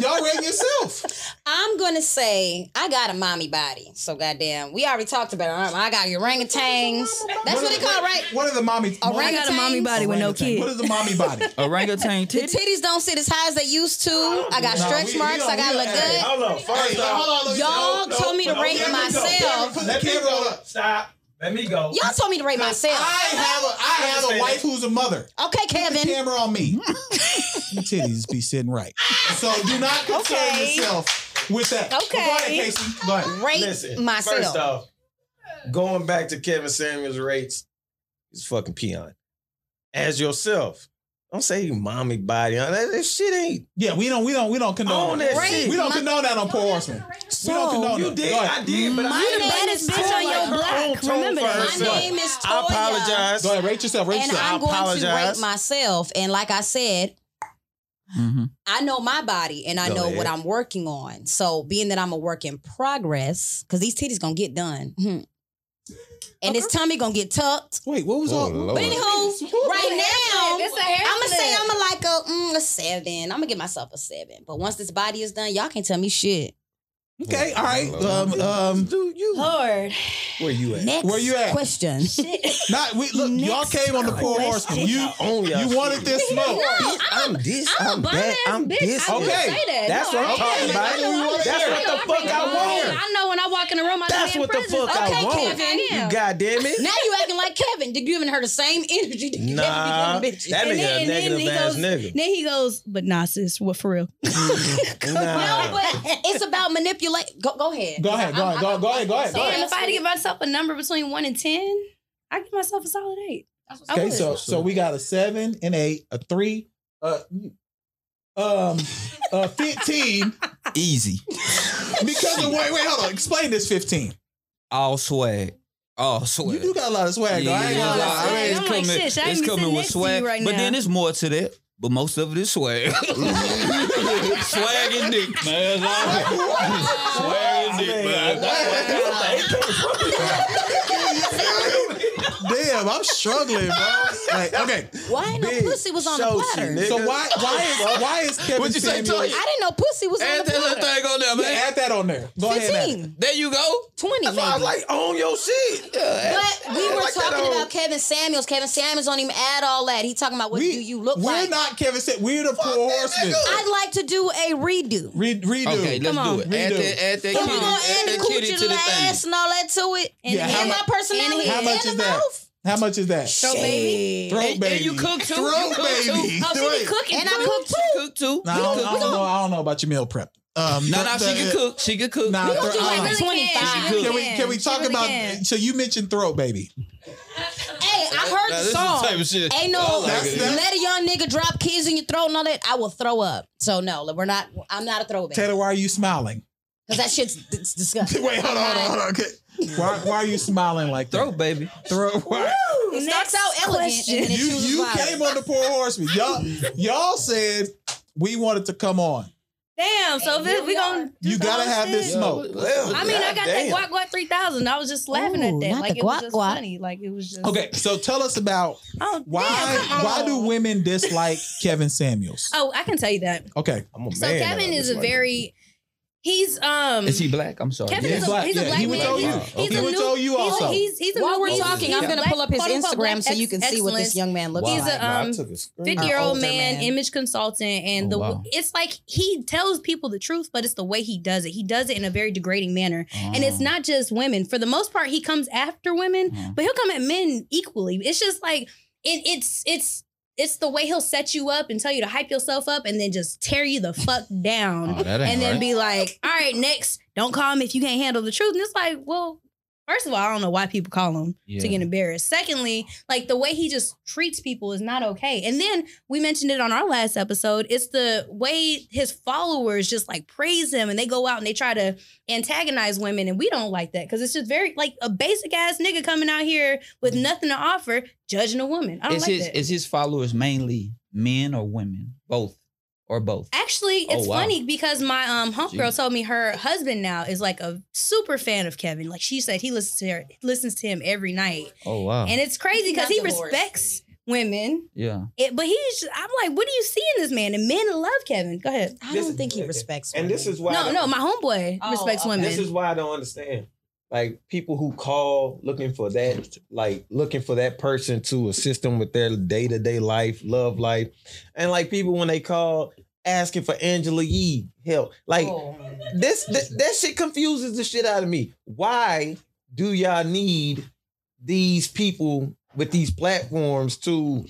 S3: Y'all rating yourself.
S2: I'm gonna say I got a mommy body. So goddamn, we already talked about it. I got orangutans. That's what
S3: is-
S2: they call right.
S3: What are the mommy?
S5: I
S2: Orangutan.
S5: got a mommy
S3: Oh,
S5: body with no
S3: What
S5: kids.
S3: is the mommy body?
S4: Orangutan
S2: The
S4: titty.
S2: titties don't sit as high as they used to. I got
S3: Nah,
S2: stretch
S3: we- we
S2: marks. I
S3: don't-
S2: got
S3: we
S2: look
S3: don't-
S2: good.
S3: hey,
S1: Hold on. First off,
S3: on,
S2: Y'all told me to
S1: no,
S2: rate
S1: no, no,
S2: myself.
S3: Put the camera up.
S1: stop. Let me go.
S2: Y'all told me to rate myself.
S3: I have a I have a wife who's a mother.
S2: Okay,
S3: Put the
S2: Kevin.
S3: camera on me. Your titties be sitting right. So do not concern
S5: Okay.
S3: yourself with that. Well, Go ahead,
S5: Okay.
S3: Casey. Go ahead.
S2: Rate
S1: Listen, First
S2: myself.
S1: off, going back to Kevin Samuels' rates, he's a fucking peon. As yourself, don't say you mommy body. That, that shit ain't.
S3: Yeah, we don't we don't we don't condone
S1: Own
S3: that.
S1: that Right. shit.
S3: We don't condone that on poor horsemen. we don't condone
S1: you
S3: that.
S1: did.
S3: Go ahead.
S1: I did. But
S2: My
S1: I
S2: name
S5: baddest
S2: is
S5: bitch
S2: Toya.
S5: on your
S1: Her own
S5: block.
S1: tone
S5: Remember
S1: for
S5: that.
S2: My
S1: herself.
S2: name is Toya.
S1: I apologize.
S3: Go ahead, rate yourself, rate
S2: And
S3: yourself.
S2: I'm going to
S1: apologize.
S2: rate myself. And like I said,
S4: Mm-hmm.
S2: I know my body and I
S1: Go
S2: know what
S1: ahead.
S2: I'm working on. So being that I'm a work in progress, because these titties gonna get done. Mhm. And this tummy gonna get tucked.
S3: Wait, what was
S6: Oh,
S3: all
S6: Lord.
S2: But anywho, right now,
S5: It's a hair
S2: I'm gonna say I'm
S5: flip.
S2: a like a, mm, a seven. I'm gonna give myself a seven. But once this body is done, y'all can't tell me shit.
S6: Oh,
S3: Okay, all right. Um um
S1: Do you?
S5: Lord.
S1: Where you at?
S2: Next
S3: Where you at?
S2: question.
S3: not we look, y'all came on the poor horseman. You
S1: own y'all
S3: you wanted
S1: shit.
S3: this smoke.
S1: Bitch, I'm this.
S5: I'm a
S1: I'm
S5: bum
S1: that.
S5: ass
S1: I'm
S5: Oh, bitch.
S1: this.
S5: I wouldn't
S3: Okay.
S5: say that.
S1: That's
S5: No,
S1: what I'm
S5: I
S1: talking
S5: am.
S1: about.
S5: I know I am.
S1: That's what
S5: I
S1: the
S5: know
S1: fuck I
S5: am.
S1: want.
S5: I know when I walk in the room, I
S1: That's what the fuck I
S2: Okay,
S1: want.
S2: Kevin.
S1: You
S5: You
S1: goddamn it.
S2: now you acting like Kevin. Did you even heard the same energy? That you
S1: Nah,
S2: gave these
S1: that nigga a
S2: little bitches?
S5: and then, and then he
S1: negative ass
S5: goes,
S1: nigga.
S5: then he goes, but nah, sis, what for real?
S1: Nah.
S2: No, but it's about manipulate. Go, go ahead.
S3: Go ahead, go ahead, go ahead, go ahead, go ahead, go
S5: Damn,
S3: ahead.
S5: if I had to give myself a number between one and ten, I give myself a solid eight. I
S3: Okay,
S5: would. Oh,
S3: so so we got a seven and eight, a three, uh, um, a fifteen.
S4: Easy.
S3: Because of wait, wait, hold on. Explain this fifteen.
S4: All swag. All swag.
S3: You do got a lot of swag. though. I ain't gonna
S5: Yeah,
S3: lie. I
S5: I'm
S3: ain't-
S5: like, shit, I ain't even sitting next to you right
S4: but
S5: now.
S4: then it's more to that. But most of it is swag. swag and dick, man. That's all it is. swag and dick,
S3: uh,
S4: man.
S3: Damn, I'm struggling, bro. Like, okay,
S2: Why ain't no
S1: Big
S2: pussy was on the
S1: show,
S2: platter?
S1: she nigga.
S3: so why why is why is Kevin?
S4: What'd you say,
S3: Samuels-
S4: Toya?
S2: I didn't know pussy was on
S4: Add
S2: the
S4: that little
S2: platter.
S4: thing on there,
S3: Yeah,
S4: man.
S3: add that on there. Go ahead. and add it.
S2: 15,
S4: There you go.
S2: 20
S1: That's
S2: maybe.
S1: why I was like, own your shit.
S2: but we
S1: I
S2: were
S1: like that
S2: talking
S1: old-
S2: about Kevin Samuels. Kevin Samuels don't even add all that. He talking about what do you look
S3: we're
S2: like.
S3: not Kevin. Said, we're the poor horsemen.
S2: I'd like to do a redo.
S3: Re- redo.
S4: Okay, let's
S5: Come
S4: do
S5: on.
S4: it. Add
S3: Redo.
S4: that,
S2: If
S4: add that kitty,
S2: you gonna end
S4: add
S2: the
S4: that kitty
S2: coochie
S4: to the
S2: little ass
S4: thing.
S2: and all that to it,
S5: And
S3: Yeah,
S5: the
S3: how
S5: head.
S2: and my
S3: much-
S2: personality,
S3: how
S2: and,
S3: much is
S2: the
S3: that?
S2: mouth,
S3: How much is that?
S5: So baby.
S3: Throat
S4: And,
S3: baby.
S4: and you cook too.
S3: Throat
S4: you cook
S3: baby.
S4: too.
S5: Oh, so you
S3: Throat.
S5: cooking.
S2: and I
S5: too?
S2: cook
S4: She
S2: too.
S4: cook too.
S3: Nah, I,
S4: She
S3: don't,
S4: cook
S3: I don't know. I don't know about your meal prep. Um,
S4: No,
S3: the- the-
S4: no, she can cook. She can cook.
S3: Nah,
S4: We
S3: throw-
S4: gonna do
S3: uh-uh.
S5: She really
S2: 25.
S5: She really
S3: Can we can we
S5: She
S3: talk
S5: really
S3: about?
S5: can.
S3: So you mentioned throat baby.
S2: Hey, I heard the
S4: Nah, this is
S2: song.
S4: the type of shit.
S2: Ain't
S4: I
S2: no
S4: like
S3: That's-
S4: it.
S3: that's-
S2: let a young nigga drop kids in your throat and all that. I will throw up. So no, we're not. I'm not a throwback
S3: Taylor, why are you smiling?
S2: because that shit's d- it's disgusting.
S3: Wait, hold on, hold on, hold on. Okay. Why why are you smiling like that?
S4: Throat baby.
S3: Throat. Why?
S2: It starts out
S5: Next
S2: elegant and then it
S3: You
S2: chooses
S3: you
S2: violence.
S3: came on the poor horseman. Y'all y'all said we wanted to come on.
S5: Damn, so
S2: And
S5: this,
S2: here
S5: we
S2: we
S5: gonna do
S3: You
S5: some
S3: gotta
S5: other
S3: have
S5: shit?
S3: this smoke.
S1: Well,
S5: I mean, I got
S1: goddamn.
S5: that guac guac three thousand. I was just laughing
S2: Ooh,
S5: at that,
S2: not
S5: like
S2: the
S5: it
S2: guac
S5: was just
S2: guac.
S5: funny, like it was just
S3: Okay, so tell us about
S5: Oh,
S3: why
S5: damn, come
S3: why
S5: on.
S3: do women dislike Kevin Samuels?
S5: Oh, I can tell you that.
S3: Okay.
S1: I'm a man.
S5: So Kevin
S1: now.
S5: is
S1: That's
S5: a
S1: why-
S5: very, he's um.
S4: Is he black? I'm sorry.
S5: Kevin
S3: Yeah.
S5: is a,
S3: Black,
S5: he's a
S3: yeah,
S5: black
S3: he
S5: man.
S3: would
S5: He's,
S3: tell you.
S5: he's
S3: He
S5: a
S3: would
S5: new,
S3: tell you
S5: he's a-
S3: also.
S5: He's, he's a
S2: While
S5: new-
S2: we're
S5: he's a
S2: talking, I'm
S5: black-
S2: gonna pull up his
S5: quote, unquote,
S2: Instagram
S5: black
S2: so you can see what
S5: excellence.
S2: this young man looks
S5: He's
S2: like.
S5: a
S1: Nah, I
S5: um
S1: took a screen.
S5: 50 year old
S3: Oh,
S2: older
S5: man,
S2: man.
S5: image consultant, and
S4: Oh,
S5: the
S4: wow.
S5: it's like he tells people the truth, but it's the way he does it. He does it in a very degrading manner, and
S3: Oh.
S5: it's
S4: Uh-huh.
S5: not just women. For the most part, he comes after women,
S4: Mhm.
S5: but he'll come at men equally. It's just like it, it's it's. It's the way he'll set you up and tell you to hype yourself up and then just tear you the fuck down
S4: Oh, that ain't
S5: and then
S4: right.
S5: be like, all right, next, don't call him if you can't handle the truth. And it's like, well, First of all, I don't know why people call him
S4: Yeah.
S5: to get embarrassed. Secondly, like the way he just treats people is not okay. And then we mentioned it on our last episode. It's the way his followers just like praise him and they go out and they try to antagonize women. And we don't like that because it's just very like a basic ass nigga coming out here with
S3: Mm.
S5: nothing to offer, judging a woman. I don't
S4: Is
S5: like
S4: his
S5: that.
S4: is his followers mainly men or women? Both or both?
S5: Actually,
S4: Oh,
S5: it's
S4: wow.
S5: funny because my um homegirl
S4: Jeez.
S5: told me her husband now is like a super fan of Kevin. Like she said, he listens to her, listens to him every night,
S4: Oh wow.
S5: and it's crazy
S2: He's
S5: because
S2: not
S5: he
S2: divorced.
S5: respects women.
S4: yeah.
S5: It, but he's, I'm like, what do you see in this man? And men love Kevin. Go ahead.
S2: I
S1: This
S2: don't
S1: is-
S2: think he respects
S1: And
S2: women.
S1: this is why
S5: No, no, my homeboy
S2: Oh,
S5: respects
S2: okay.
S5: women.
S1: This is why I don't understand. Like people who call looking for that, like looking for that person to assist them with their day to day life, love life, and like people when they call asking for Angela Yee help, like
S5: Oh,
S1: this, this that shit confuses the shit out of me. Why do y'all need these people with these platforms to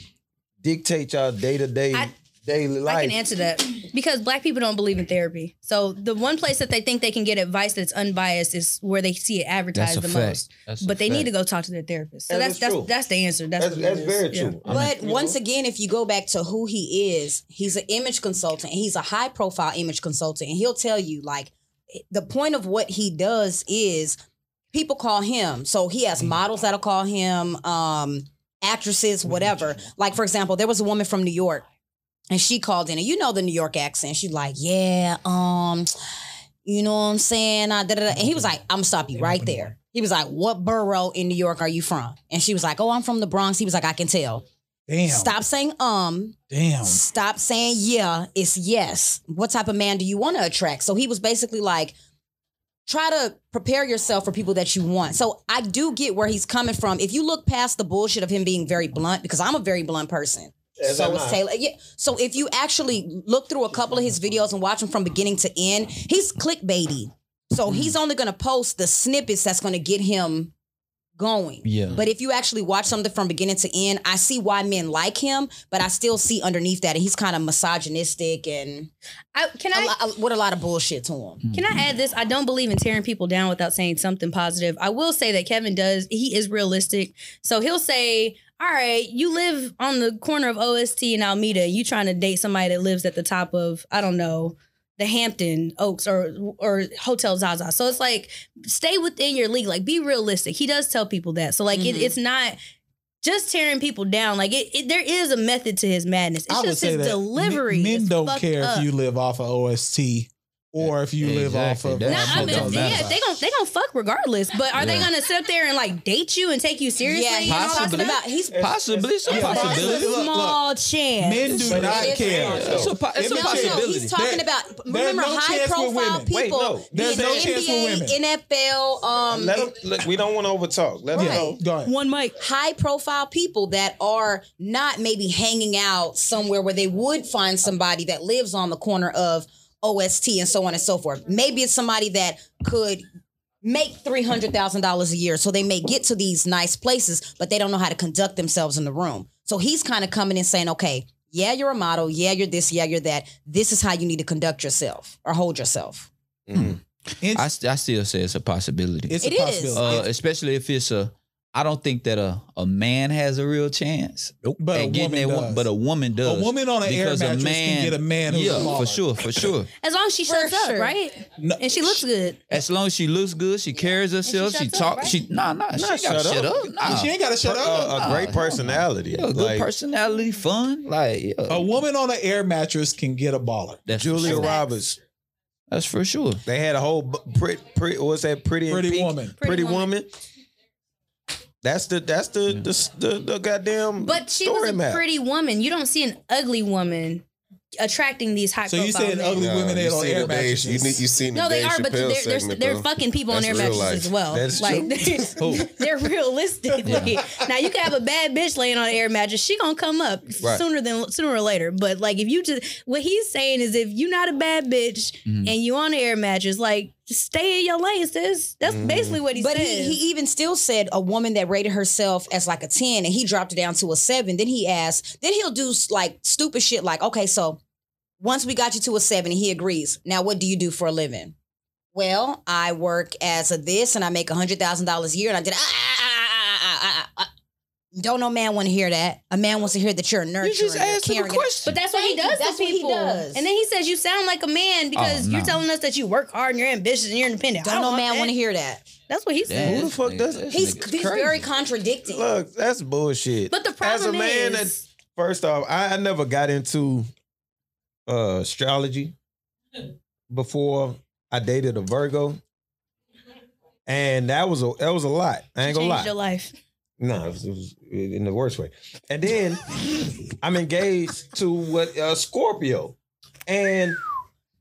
S1: dictate y'all day to day
S5: I-
S1: daily life?
S5: I can answer that because black people don't believe in therapy. So the one place that they think they can get advice that's unbiased is where they see it advertised the most. But they need to go talk to their therapist. So
S1: That
S5: that's
S1: is
S5: that's
S1: true.
S5: that's the answer. That's
S1: That's,
S5: what it
S1: that's
S5: is.
S1: very
S5: Yeah.
S1: true. I mean,
S2: But
S1: you know?
S2: once again, if you go back to who he is, he's an image consultant. and He's a high profile image consultant. And he'll tell you, like, the point of what he does is people call him. So he
S1: Mm.
S2: has models that'll call him, um, actresses, whatever. Like, for example, there was a woman from New York and she called in, and you know the New York accent. She's like, yeah, um, you know what I'm saying? I, da, da, da. And he was like, I'm gonna stop you right there. He was like, What borough in New York are you from? And she was like, Oh, I'm from the Bronx. He was like, I can tell.
S3: Damn.
S2: Stop saying um.
S3: Damn.
S2: Stop saying yeah. It's yes. What type of man do you want to attract? So he was basically like, try to prepare yourself for people that you want. So I do get where he's coming from. If you look past the bullshit of him being very blunt, because I'm a very blunt person.
S1: As
S2: so
S1: am
S2: is
S1: I.
S2: Taylor. Yeah. So if you actually look through a couple of his videos and watch them from beginning to end, he's clickbaity. So he's only gonna post the snippets that's gonna get him going.
S4: Yeah.
S2: But if you actually watch something from beginning to end, I see why men like him, but I still see underneath that he's kind of misogynistic and
S5: I, can
S2: a
S5: I
S2: lo- a- with a lot of bullshit to him.
S5: Can
S3: Mm-hmm.
S5: I add this? I don't believe in tearing people down without saying something positive. I will say that Kevin does, he is realistic. So he'll say, All right, you live on the corner of OST and Alameda. You trying to date somebody that lives at the top of, I don't know, the Hampton Oaks or or Hotel Zaza. So it's like, stay within your league. Like, be realistic. He does tell people that. So, like,
S2: Mhm.
S5: it, it's not just tearing people down. Like, it, it there is a method to his madness. It's
S3: I would
S5: just
S3: say
S5: his
S3: that
S5: delivery.
S3: Men, men
S5: is
S3: don't
S5: fucked
S3: care
S5: up.
S3: if you live off of OST or if you live off
S4: Exactly.
S3: of.
S4: That's
S5: No, I
S4: what
S5: mean,
S4: don't
S5: yeah,
S4: matter.
S5: they gon' they gonna fuck regardless. But are they
S4: Yeah.
S5: gonna sit there and like date you and take you seriously?
S2: Yeah,
S5: and
S2: he's
S5: all that
S4: Possibly.
S2: talking
S5: stuff?
S2: about he's
S4: possibly. It's a
S3: Yeah.
S5: That's
S4: possibility.
S5: a
S3: Look, look.
S5: small chance.
S3: men do
S1: But
S3: not
S1: it is
S3: care.
S1: fair.
S4: It's a, po- it's
S3: If you
S4: a
S2: No,
S3: check-
S2: no, he's
S4: possibility.
S2: talking
S3: There-
S2: about
S3: there's
S2: remember
S3: no
S2: high
S3: chance with
S2: profile
S3: women.
S2: people.
S1: Wait, no.
S3: There's
S2: being
S3: no chance with
S2: NBA, NFL, um,
S1: Let 'em- look, we don't want to overtalk. Let 'em
S3: Yeah,
S1: know.
S3: go ahead.
S5: One mic.
S2: high profile people that are not maybe hanging out somewhere where they would find somebody that lives on the corner of OST and so on and so forth. Maybe it's somebody that could make $300,000 a year. So they may get to these nice places, but they don't know how to conduct themselves in the room. So he's kind of coming and saying, okay, yeah, you're a model. Yeah, you're this. Yeah, you're that. This is how you need to conduct yourself or hold yourself.
S4: I,
S3: It's,
S4: st- I still say it's a possibility.
S3: it's
S2: It
S3: a
S2: is.
S3: possibility.
S4: uh, especially if it's a. I don't think that a, a man has a real chance.
S3: Nope. But a
S4: at getting
S3: woman
S4: that one-
S3: does.
S4: but a woman does.
S3: woman on an air
S4: Because
S3: mattress can get a man who's
S4: yeah,
S3: smaller.
S4: for sure, for sure.
S5: As long as she
S2: For
S5: shuts
S2: sure.
S5: up, right?
S3: No.
S5: And she looks good.
S4: As long as she looks good, she carries herself, she,
S5: shuts up,
S4: talks.
S5: right?
S4: She nah, nah, she
S1: Nah,
S4: got shut,
S1: shut up. uh,
S4: up. Nah.
S3: she ain't got to shut up.
S1: a, a great personality.
S4: yeah, good
S1: like,
S4: personality, fun. Like yeah,
S3: A woman on an air mattress can get a baller.
S4: that's
S1: Julia
S4: for sure.
S1: Roberts.
S4: That's for sure.
S1: They had a whole b- pretty, pretty what's that? Pretty, in
S3: Pretty
S1: Pink?
S3: woman.
S1: Pretty,
S5: Pretty
S1: woman. That's the that's the the, the the goddamn.
S5: But she
S1: story
S5: was a
S1: map.
S5: pretty woman. You don't see an ugly woman attracting these high
S3: So
S5: profile
S3: you said
S5: men.
S3: ugly
S6: Nah,
S3: women
S6: you
S3: that on
S6: seen
S3: air
S6: the Dave-
S3: mattresses.
S6: You, need- you seen
S5: No,
S6: the
S5: they
S6: Dave
S5: are, but
S6: Chappelle
S5: they're they're,
S6: segment,
S5: they're
S6: though.
S5: fucking people on
S6: That's
S5: their
S6: real
S5: mattresses as
S6: life.
S5: well.
S1: That's
S5: like
S1: true.
S5: they're, they're realistic. Now you can have a bad bitch laying on an air mattress. She gonna come up
S1: Right.
S5: sooner than sooner or later. But like if you just what he's saying is if you not a bad bitch
S4: Mm-hmm.
S5: and you on an air mattress, like just stay in your lane, sis. That's
S4: Mm-hmm.
S5: basically what he
S2: But
S5: says.
S2: he, he even still said a woman that rated herself as like a 10 and he dropped it down to a 7. Then he asked, then he'll do s- like stupid shit like, okay, so once we got you to a 7 and he agrees, now what do you do for a living? Well, I work as a this and I make $100,000 a year and I did, ah, ah, ah, ah, ah, ah, ah, ah. Don't no man want to hear that. A man wants to hear that you're a nurturer.
S4: You just
S2: you're
S4: asked him a
S2: caring, and-
S4: question.
S5: But that's what he
S2: Thank you.
S5: does
S2: That's
S5: to
S2: what he
S5: people.
S2: does.
S5: And then he says you sound like a man because
S4: Oh,
S5: you're
S4: no.
S5: telling us that you work hard and you're ambitious and you're independent. I
S2: Don't no
S5: want
S2: man
S5: that.
S2: want to hear that.
S5: That's what he
S4: Damn,
S5: says.
S1: the fuck
S4: nigga,
S1: does-
S4: this
S2: He's,
S4: nigga's
S2: he's
S4: crazy.
S2: very contradicting.
S1: Look, that's bullshit.
S5: But the problem
S1: As a man,
S5: is-
S1: that- first off, I, I never got into uh, astrology before I dated a Virgo, and that was a that was a lot. I ain't
S5: Changed
S1: gonna lie.
S5: your life.
S1: No, it was, it was in the worst way. And then I'm engaged to what uh, Scorpio, and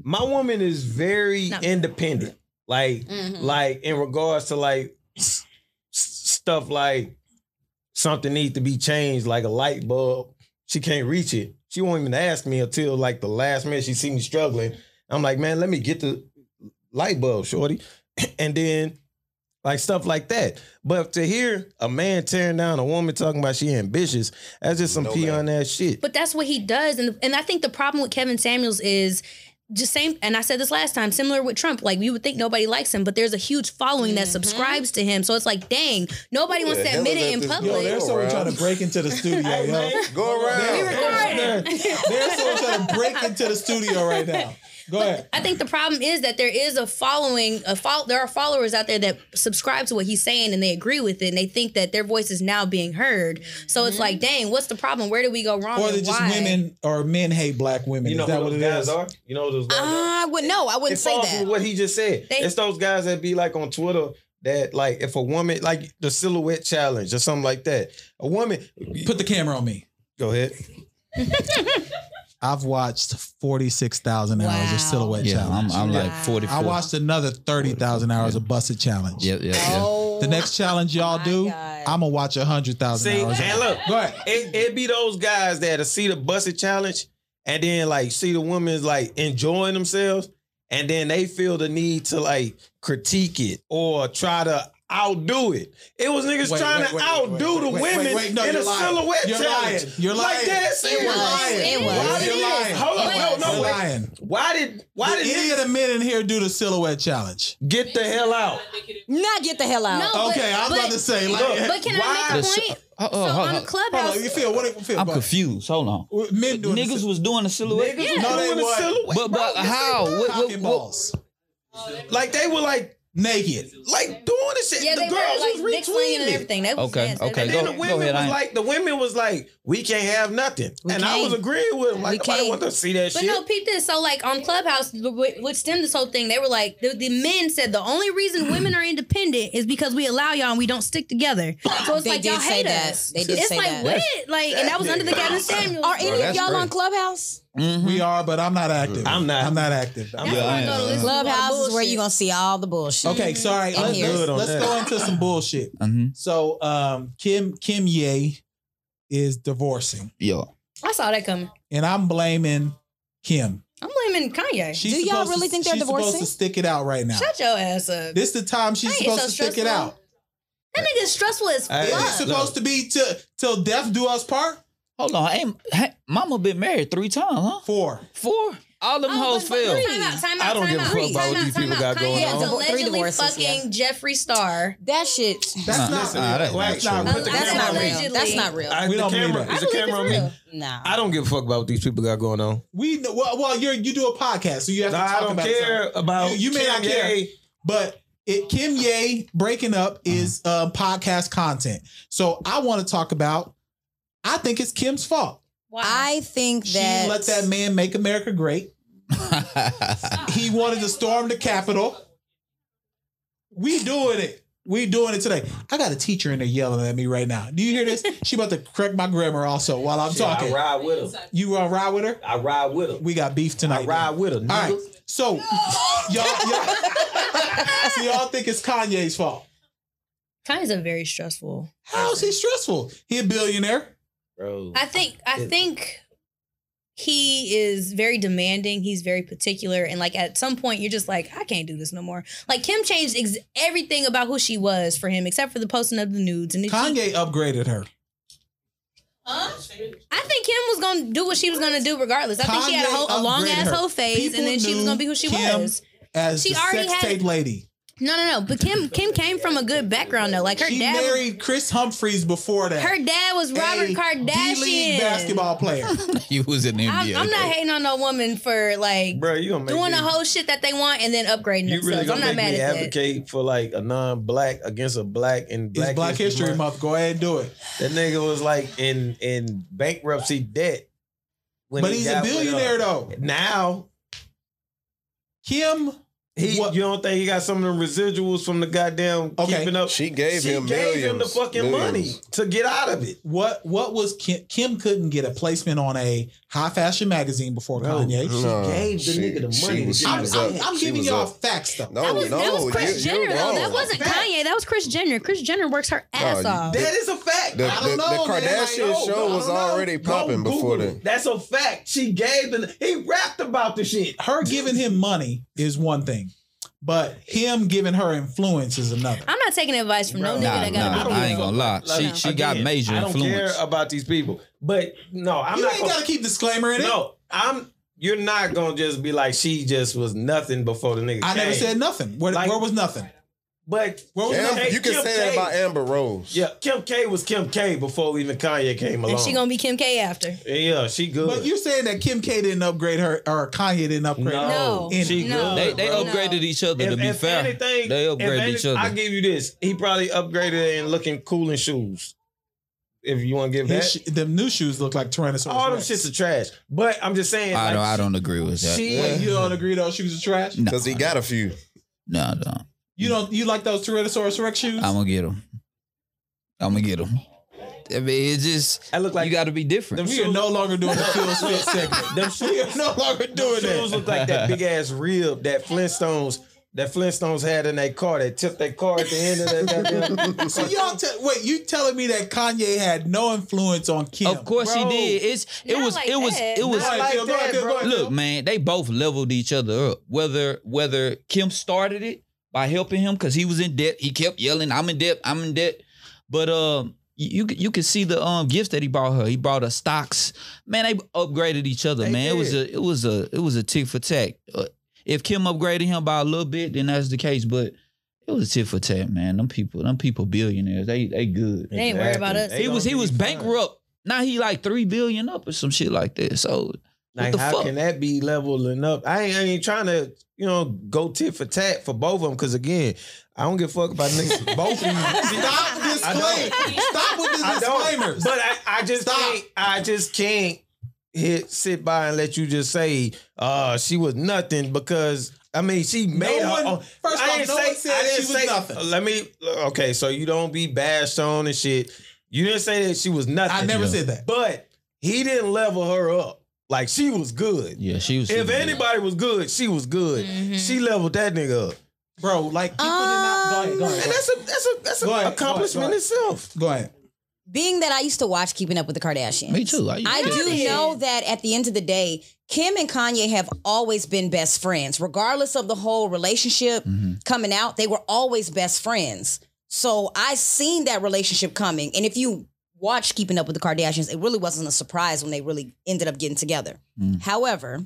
S1: my woman is very
S5: No.
S1: independent. Like,
S2: Mhm.
S1: like in regards to like s- s- stuff like something needs to be changed, like a light bulb. She can't reach it. She won't even ask me until like the last minute she see me struggling. I'm like, man, let me get the light bulb, shorty, and then like stuff like that. But to hear a man tearing down a woman talking about she ambitious, that's just some
S6: No,
S1: peon ass shit.
S5: But that's what he does. And and I think the problem with Kevin Samuels is just same and I said this last time, similar with Trump. Like you would think nobody likes him, but there's a huge following
S2: Mm-hmm.
S5: that subscribes to him. So it's like, dang, nobody wants
S6: the
S5: to
S6: hell
S5: admit
S6: is
S5: it
S6: that
S5: in
S6: this
S5: public.
S3: Yo,
S6: Like-
S3: there's someone trying to break into the studio, yo.
S6: Go
S3: There's-
S6: around.
S3: There's there's someone trying to break into the studio right now. Go ahead.
S5: I think the problem is that there is a following, a fol- there are followers out there that subscribe to what he's saying and they agree with it and they think that their voice is now being heard. So it's like,
S2: Mm-hmm.
S5: dang, what's the problem? Where did we go wrong?
S3: Or
S5: and
S3: that just
S5: why?
S3: women or men hate black women.
S1: You know
S3: is that
S1: who
S3: what
S1: those
S3: it
S1: guys
S3: is?
S1: are? You know who those guys
S5: Uh,
S1: are?
S2: Uh, I would no, I
S1: it
S2: wouldn't say
S1: falls with
S2: that.
S1: what he just said.
S5: They-
S1: it's those guys that be like on Twitter that like if a woman like the silhouette challenge or something like that. A woman,
S3: Put the camera on me.
S1: go ahead.
S3: I've watched 46,000 hours
S2: Wow.
S3: of Silhouette
S4: Yeah, I'm,
S3: Challenge.
S4: I'm like
S2: Wow.
S4: 44.
S3: i watched another 30,000 hours of Busted Challenge.
S4: Yeah, yeah, yeah.
S2: Oh,
S3: The next challenge y'all
S2: my
S3: do,
S2: God.
S3: I'm going to watch 100,000
S1: See,
S3: hours.
S1: and look,
S3: Go ahead.
S1: it, it be those guys that'll see the busted challenge and then like see the women's like enjoying themselves and then they feel the need to like critique it or try to outdo it. It was niggas
S3: Wait,
S1: trying
S3: wait,
S1: to
S3: wait, wait,
S1: outdo
S3: wait,
S1: the
S3: wait, wait,
S1: women
S3: wait, no,
S1: in a
S3: you're lying.
S1: silhouette
S3: You're
S1: challenge.
S3: lying. You're
S1: Like
S3: lying.
S1: that's it.
S2: It
S1: was.
S2: was. It was.
S1: Why did
S3: You're
S1: it-
S3: lying.
S1: Hold on,
S5: It
S1: hold on,
S5: was.
S1: no,
S3: You're
S1: wait.
S3: lying.
S1: Why did why
S3: Did
S1: did
S3: any of
S1: niggas
S3: the men in here do the Silhouette Challenge?
S1: get the hell out?
S2: Not get the hell out.
S5: No, but-
S3: Oh, Okay, I was
S5: but-
S3: about to say. Like,
S5: But can I
S4: The
S5: make a
S4: sh-
S5: point?
S4: Oh, oh,
S5: so
S4: hold
S5: on
S4: on.
S5: a
S3: hold on, you
S5: clubhouse,
S3: feel what? You feel
S4: I'm
S3: about-
S4: confused. Hold on.
S3: Men doing
S4: Niggas
S3: the,
S4: was doing a silhouette.
S1: Niggas
S5: Yeah.
S1: was
S3: No, they
S1: doing a
S3: wasn't.
S1: silhouette,
S4: But
S1: bro.
S4: but how? What,
S3: cock
S4: what,
S3: and
S4: what,
S3: balls
S1: Like they were like
S3: naked.
S1: like doing this shit.
S5: yeah,
S1: the
S5: they
S1: girls
S5: were like
S1: was
S5: dick swinging
S1: retweeting
S5: and
S1: it.
S5: everything. That was
S4: Okay,
S5: nasty.
S4: okay,
S1: And
S5: That
S1: then
S4: go-
S1: the women
S4: ahead, I
S1: was
S4: ain't-
S1: like, the women was like, we can't have nothing.
S2: We
S1: and I was
S2: can't.
S1: agreeing with them. Like,
S2: We
S1: nobody
S2: can't.
S1: want to see that
S5: But
S1: shit.
S5: no, peep this. So, like on Clubhouse, wh- which stemmed this whole thing, they were like, the, the men said the only reason women are independent is because we allow y'all and we don't stick together. So it's
S2: They
S5: like
S2: did
S5: y'all
S2: say
S5: hate
S2: that.
S5: us.
S2: They did
S5: it's
S2: say
S5: like
S2: that.
S5: what? Like, and that was under the Kevin Samuels.
S2: Are any of
S4: that's
S2: y'all
S4: great.
S2: on Clubhouse?
S4: Mhm.
S3: We are, but I'm not active.
S1: I'm not.
S3: I'm not active.
S5: That's why I go to listen to a lot of
S2: Clubhouse is where
S5: bullshit.
S2: you're gonna see all the bullshit.
S3: Okay, sorry.
S2: I'm
S3: Let's,
S2: here.
S1: Good on
S3: let's, let's
S1: that.
S3: go into some bullshit.
S4: Mhm.
S3: So, um, Kim Kim Ye is divorcing,
S4: Yeah.
S5: I saw that coming.
S3: and I'm blaming Kim.
S5: I'm blaming Kanye.
S3: She's
S2: Do y'all
S3: supposed to-
S2: really think they're
S3: she's
S2: divorcing?
S3: Supposed to stick it out right now.
S5: Shut your ass up.
S3: This the time she's
S5: Hey, it's
S3: supposed
S5: so
S3: to stick it
S5: stressful.
S3: out.
S5: That nigga's stressful as fuck.
S1: Hey,
S3: Is it
S1: Look.
S3: supposed to be till till death do us part?
S4: Hold on. Ain't, ha- Mama been married three times, huh?
S3: Four.
S4: Four. All them
S5: Oh,
S4: hoes
S5: but- but
S4: failed.
S5: Time out, time out,
S1: I don't
S5: time
S1: give a
S5: out,
S1: fuck about
S5: time
S1: what
S5: out,
S1: these
S5: time
S1: people
S5: out.
S1: got going
S5: Kanye's
S2: on. Three
S5: allegedly
S2: divorces, yeah.
S5: fucking Jeffree Star.
S2: That shit.
S3: That's
S4: Nah,
S3: not.
S4: nah, that ain't
S1: Wait,
S4: not
S1: nah,
S4: true.
S1: put the
S2: Oh, That's
S1: camera
S2: not
S1: on me.
S2: real. That's not real.
S1: I-
S3: We
S1: the
S3: don't believe
S1: camera,
S3: it.
S1: is
S5: I
S1: the
S5: believe
S1: camera on
S5: it's
S1: me?
S5: real.
S2: No.
S1: I don't give a fuck about what these people got going on.
S3: We know, well, well, you're you do a podcast, so you have to
S1: Nah,
S3: talk
S1: I don't
S3: about
S1: care
S3: something.
S1: about
S3: You- you may not
S1: Kanye.
S3: care. But it Kim Ye breaking up
S1: Mm-hmm.
S3: is uh, podcast content. So I want to talk about. I think it's Kim's fault.
S5: Wow.
S2: I think
S3: She
S2: that
S3: let that man make America great. He wanted to storm the Capitol. We doing it. We doing it today. I got a teacher in there yelling at me right now. Do you hear this? She about to correct my grammar also while I'm
S1: Shit, I
S3: talking.
S1: ride with him.
S3: You gonna ride with her?
S1: I ride with him.
S3: We got beef tonight.
S1: I ride with him.
S3: All
S1: nigga.
S3: right. So y'all, y'all, so y'all think it's Kanye's fault?
S5: Kanye's a very stressful.
S3: How is he stressful? He a billionaire.
S1: Bro.
S5: I think I
S1: It-
S5: think he is very demanding. He's very particular, and like at some point, you're just like, I can't do this no more. Like Kim changed ex- everything about who she was for him, except for the posting of the nudes. And then she-
S3: Kanye upgraded her.
S5: I think Kim was gonna do what she was gonna do regardless. I think she had a,
S3: Kanye
S5: whole, a long
S3: upgraded
S5: ass
S3: her.
S5: whole phase,
S3: People
S5: and then she was
S3: knew
S5: gonna be who she
S3: Kim
S5: was.
S3: as
S5: She
S3: the
S5: already
S3: sex
S5: had-
S3: tape lady.
S5: No, no, no. But Kim, Kim came from a good background though. Like her
S3: she
S5: dad,
S3: married Chris Humphreys before that.
S5: her dad was Robert
S3: A D-League
S5: Kardashian.
S3: basketball player.
S4: he was in the
S5: I'm,
S4: NBA.
S5: I'm not hating on no woman for like
S8: bro, you gonna make
S5: doing
S8: me,
S5: the whole shit that they want and then upgrading
S8: you really
S5: themselves.
S8: gonna
S5: I'm not
S8: make
S5: mad
S8: me
S5: at that.
S8: advocate for like a non-black against a black and black,
S3: it's Black History Month. Go ahead and do it.
S8: That nigga was like in in bankruptcy debt. when
S3: But
S8: he
S3: he's a
S8: got with, uh,
S3: billionaire though.
S8: Now
S3: Kim,
S8: he,
S3: What-
S8: you don't think he got some of the residuals from the goddamn
S3: Okay.
S8: keeping up?
S6: She gave
S8: She
S6: him
S8: gave
S6: millions,
S8: him the fucking money
S6: millions.
S8: to get out of it.
S3: what what was Kim, Kim couldn't get a placement on a high fashion magazine before Kanye.
S8: She
S6: No,
S8: gave the
S6: she-
S8: nigga the
S6: she
S8: money.
S6: was-
S8: to
S6: she
S8: get
S3: I'm,
S8: out
S6: was
S8: of
S3: I'm,
S8: it.
S6: up.
S3: I'm
S6: She
S3: giving
S6: was
S3: y'all
S6: up.
S3: facts though.
S6: No,
S5: That was,
S6: Oh, no,
S5: that was Chris
S6: you,
S5: Jenner
S6: you're
S5: though.
S6: wrong.
S5: That wasn't
S3: Fact.
S5: Kanye. That was Chris Jenner. Chris Jenner works her ass
S6: you
S5: off.
S8: That is a fact.
S6: The-
S8: I don't
S6: the-
S8: know.
S6: the
S8: man. Like,
S6: Kardashian
S8: yo,
S6: show
S8: I don't
S6: was
S8: know.
S6: already
S8: Go
S6: popping before
S8: Google it.
S6: then.
S8: That's a fact. She gave the he rapped about the shit.
S3: Her giving him money is one thing, but him giving her influence is another.
S5: I'm not taking advice from no
S8: Bro.
S5: nigga
S4: Nah,
S5: that got
S4: nah,
S5: a big
S4: I ain't
S5: deal.
S4: gonna lie. She
S5: Like,
S4: she got
S8: Again,
S4: major
S8: I don't
S4: influence.
S8: care about these people, but no, I'm
S3: you
S8: not.
S3: ain't
S8: gonna-
S3: gotta keep disclaimer in it.
S8: No, I'm. You're not gonna just be like she just was nothing before the nigga.
S3: I never
S8: came.
S3: said nothing. Where,
S8: Like-
S3: where was nothing?
S8: But
S3: Where was
S6: Am-
S3: nothing?
S8: Hey,
S6: you can
S8: Kim
S6: say that
S8: K.
S6: about Amber Rose.
S8: yeah, Kim K was Kim K before even Kanye came along.
S5: And she gonna be Kim K after.
S8: yeah, she good.
S3: But you're saying that Kim K didn't upgrade her, or Kanye didn't upgrade her.
S8: no,
S5: No,
S8: she
S5: no.
S8: good.
S4: They they
S8: bro.
S5: No.
S4: upgraded each other to
S8: If,
S4: be
S8: if
S4: fair.
S8: anything,
S4: they
S8: if
S4: upgraded
S8: any-
S4: each other.
S8: I give you this. He probably upgraded in looking cool in shoes. If you want to give that,
S3: His, sh- them new shoes look like Tyrannosaurus.
S8: all them
S3: Rex.
S8: shits are trash. But I'm just saying.
S4: I
S8: like,
S4: don't I don't agree with that.
S8: She,
S3: Wait, you don't agree those shoes are trash?
S4: No,
S6: Because he got a few.
S4: no, no.
S3: You don't. You like those Tyrannosaurus Rex shoes?
S4: I'm gonna get them. I'm gonna get them. I mean, it's just
S8: I look like
S4: you got to be different.
S8: them
S3: we are no longer doing the Phil Smith segment.
S8: Them
S3: We are no longer doing
S8: shoes
S3: that.
S8: look like that big ass rib that Flintstones that Flintstones had in their car that tipped their car at the end of that goddamn.
S3: So y'all, te- wait, you telling me that Kanye had no influence on Kim?
S4: Of course
S8: Bro.
S4: he did. It's it
S5: Not
S4: was
S5: like
S4: it was
S5: that.
S4: it was.
S3: Go ahead,
S8: like
S3: Phil, go ahead,
S8: that,
S3: Phil, go ahead, Phil.
S4: Look, man, they both leveled each other up. Whether whether Kim started it by helping him because he was in debt, he kept yelling, "I'm in debt, I'm in debt." But um, you you can see the um gifts that he brought her. He brought her stocks. Man, they upgraded each other.
S8: They
S4: man, it was
S8: did.
S4: a it was a it was a tick for tack. Uh, if Kim upgraded him by a little bit, then that's the case. But it was a tick for tack, man. Them people, them people, billionaires. They they good.
S5: They ain't worried about us.
S8: Exactly.
S5: They
S4: he was he
S8: gonna
S4: was
S8: be fine.
S4: bankrupt. Now he like three billion up or some shit like that. So
S8: Like
S4: the
S8: how
S4: fuck?
S8: can that be leveling up? I ain't, I ain't trying to you know go tit for tat for both of them because again I don't give a fuck about niggas. both of you.
S3: Stop the
S8: I
S3: disclaimer. Stop with
S8: I
S3: the
S8: don't,
S3: disclaimers.
S8: but I, I just
S3: Stop.
S8: can't. I just can't hit sit by and let you just say uh she was nothing because I mean she made
S3: one-
S8: her own.
S3: first
S8: I
S3: off,
S8: didn't
S3: no
S8: say-
S3: one said
S8: I didn't
S3: she was
S8: say-
S3: nothing.
S8: Let me okay. So you don't be bashed on and shit. You didn't say that she was nothing.
S3: I never said that.
S8: But he didn't level her up. Like she was good.
S4: yeah, she was.
S8: If anybody was good, she was good.
S4: Mm-hmm.
S8: She leveled that nigga up.
S3: Bro, like people did
S5: Um,
S3: not. Go ahead,
S8: And
S3: go ahead.
S8: that's a that's a that's an
S3: Go ahead, go ahead,
S8: accomplishment
S3: go ahead.
S8: itself.
S3: Go ahead.
S2: Being that I used to watch Keeping Up with the Kardashians.
S4: Me too. I,
S2: I do
S5: Really?
S2: know that at the end of the day, Kim and Kanye have always been best friends, regardless of the whole relationship
S8: Mm-hmm.
S2: coming out. They were always best friends. So I seen that relationship coming, and if you watch Keeping Up with the Kardashians, it really wasn't a surprise when they really ended up getting together.
S4: Mm.
S2: However,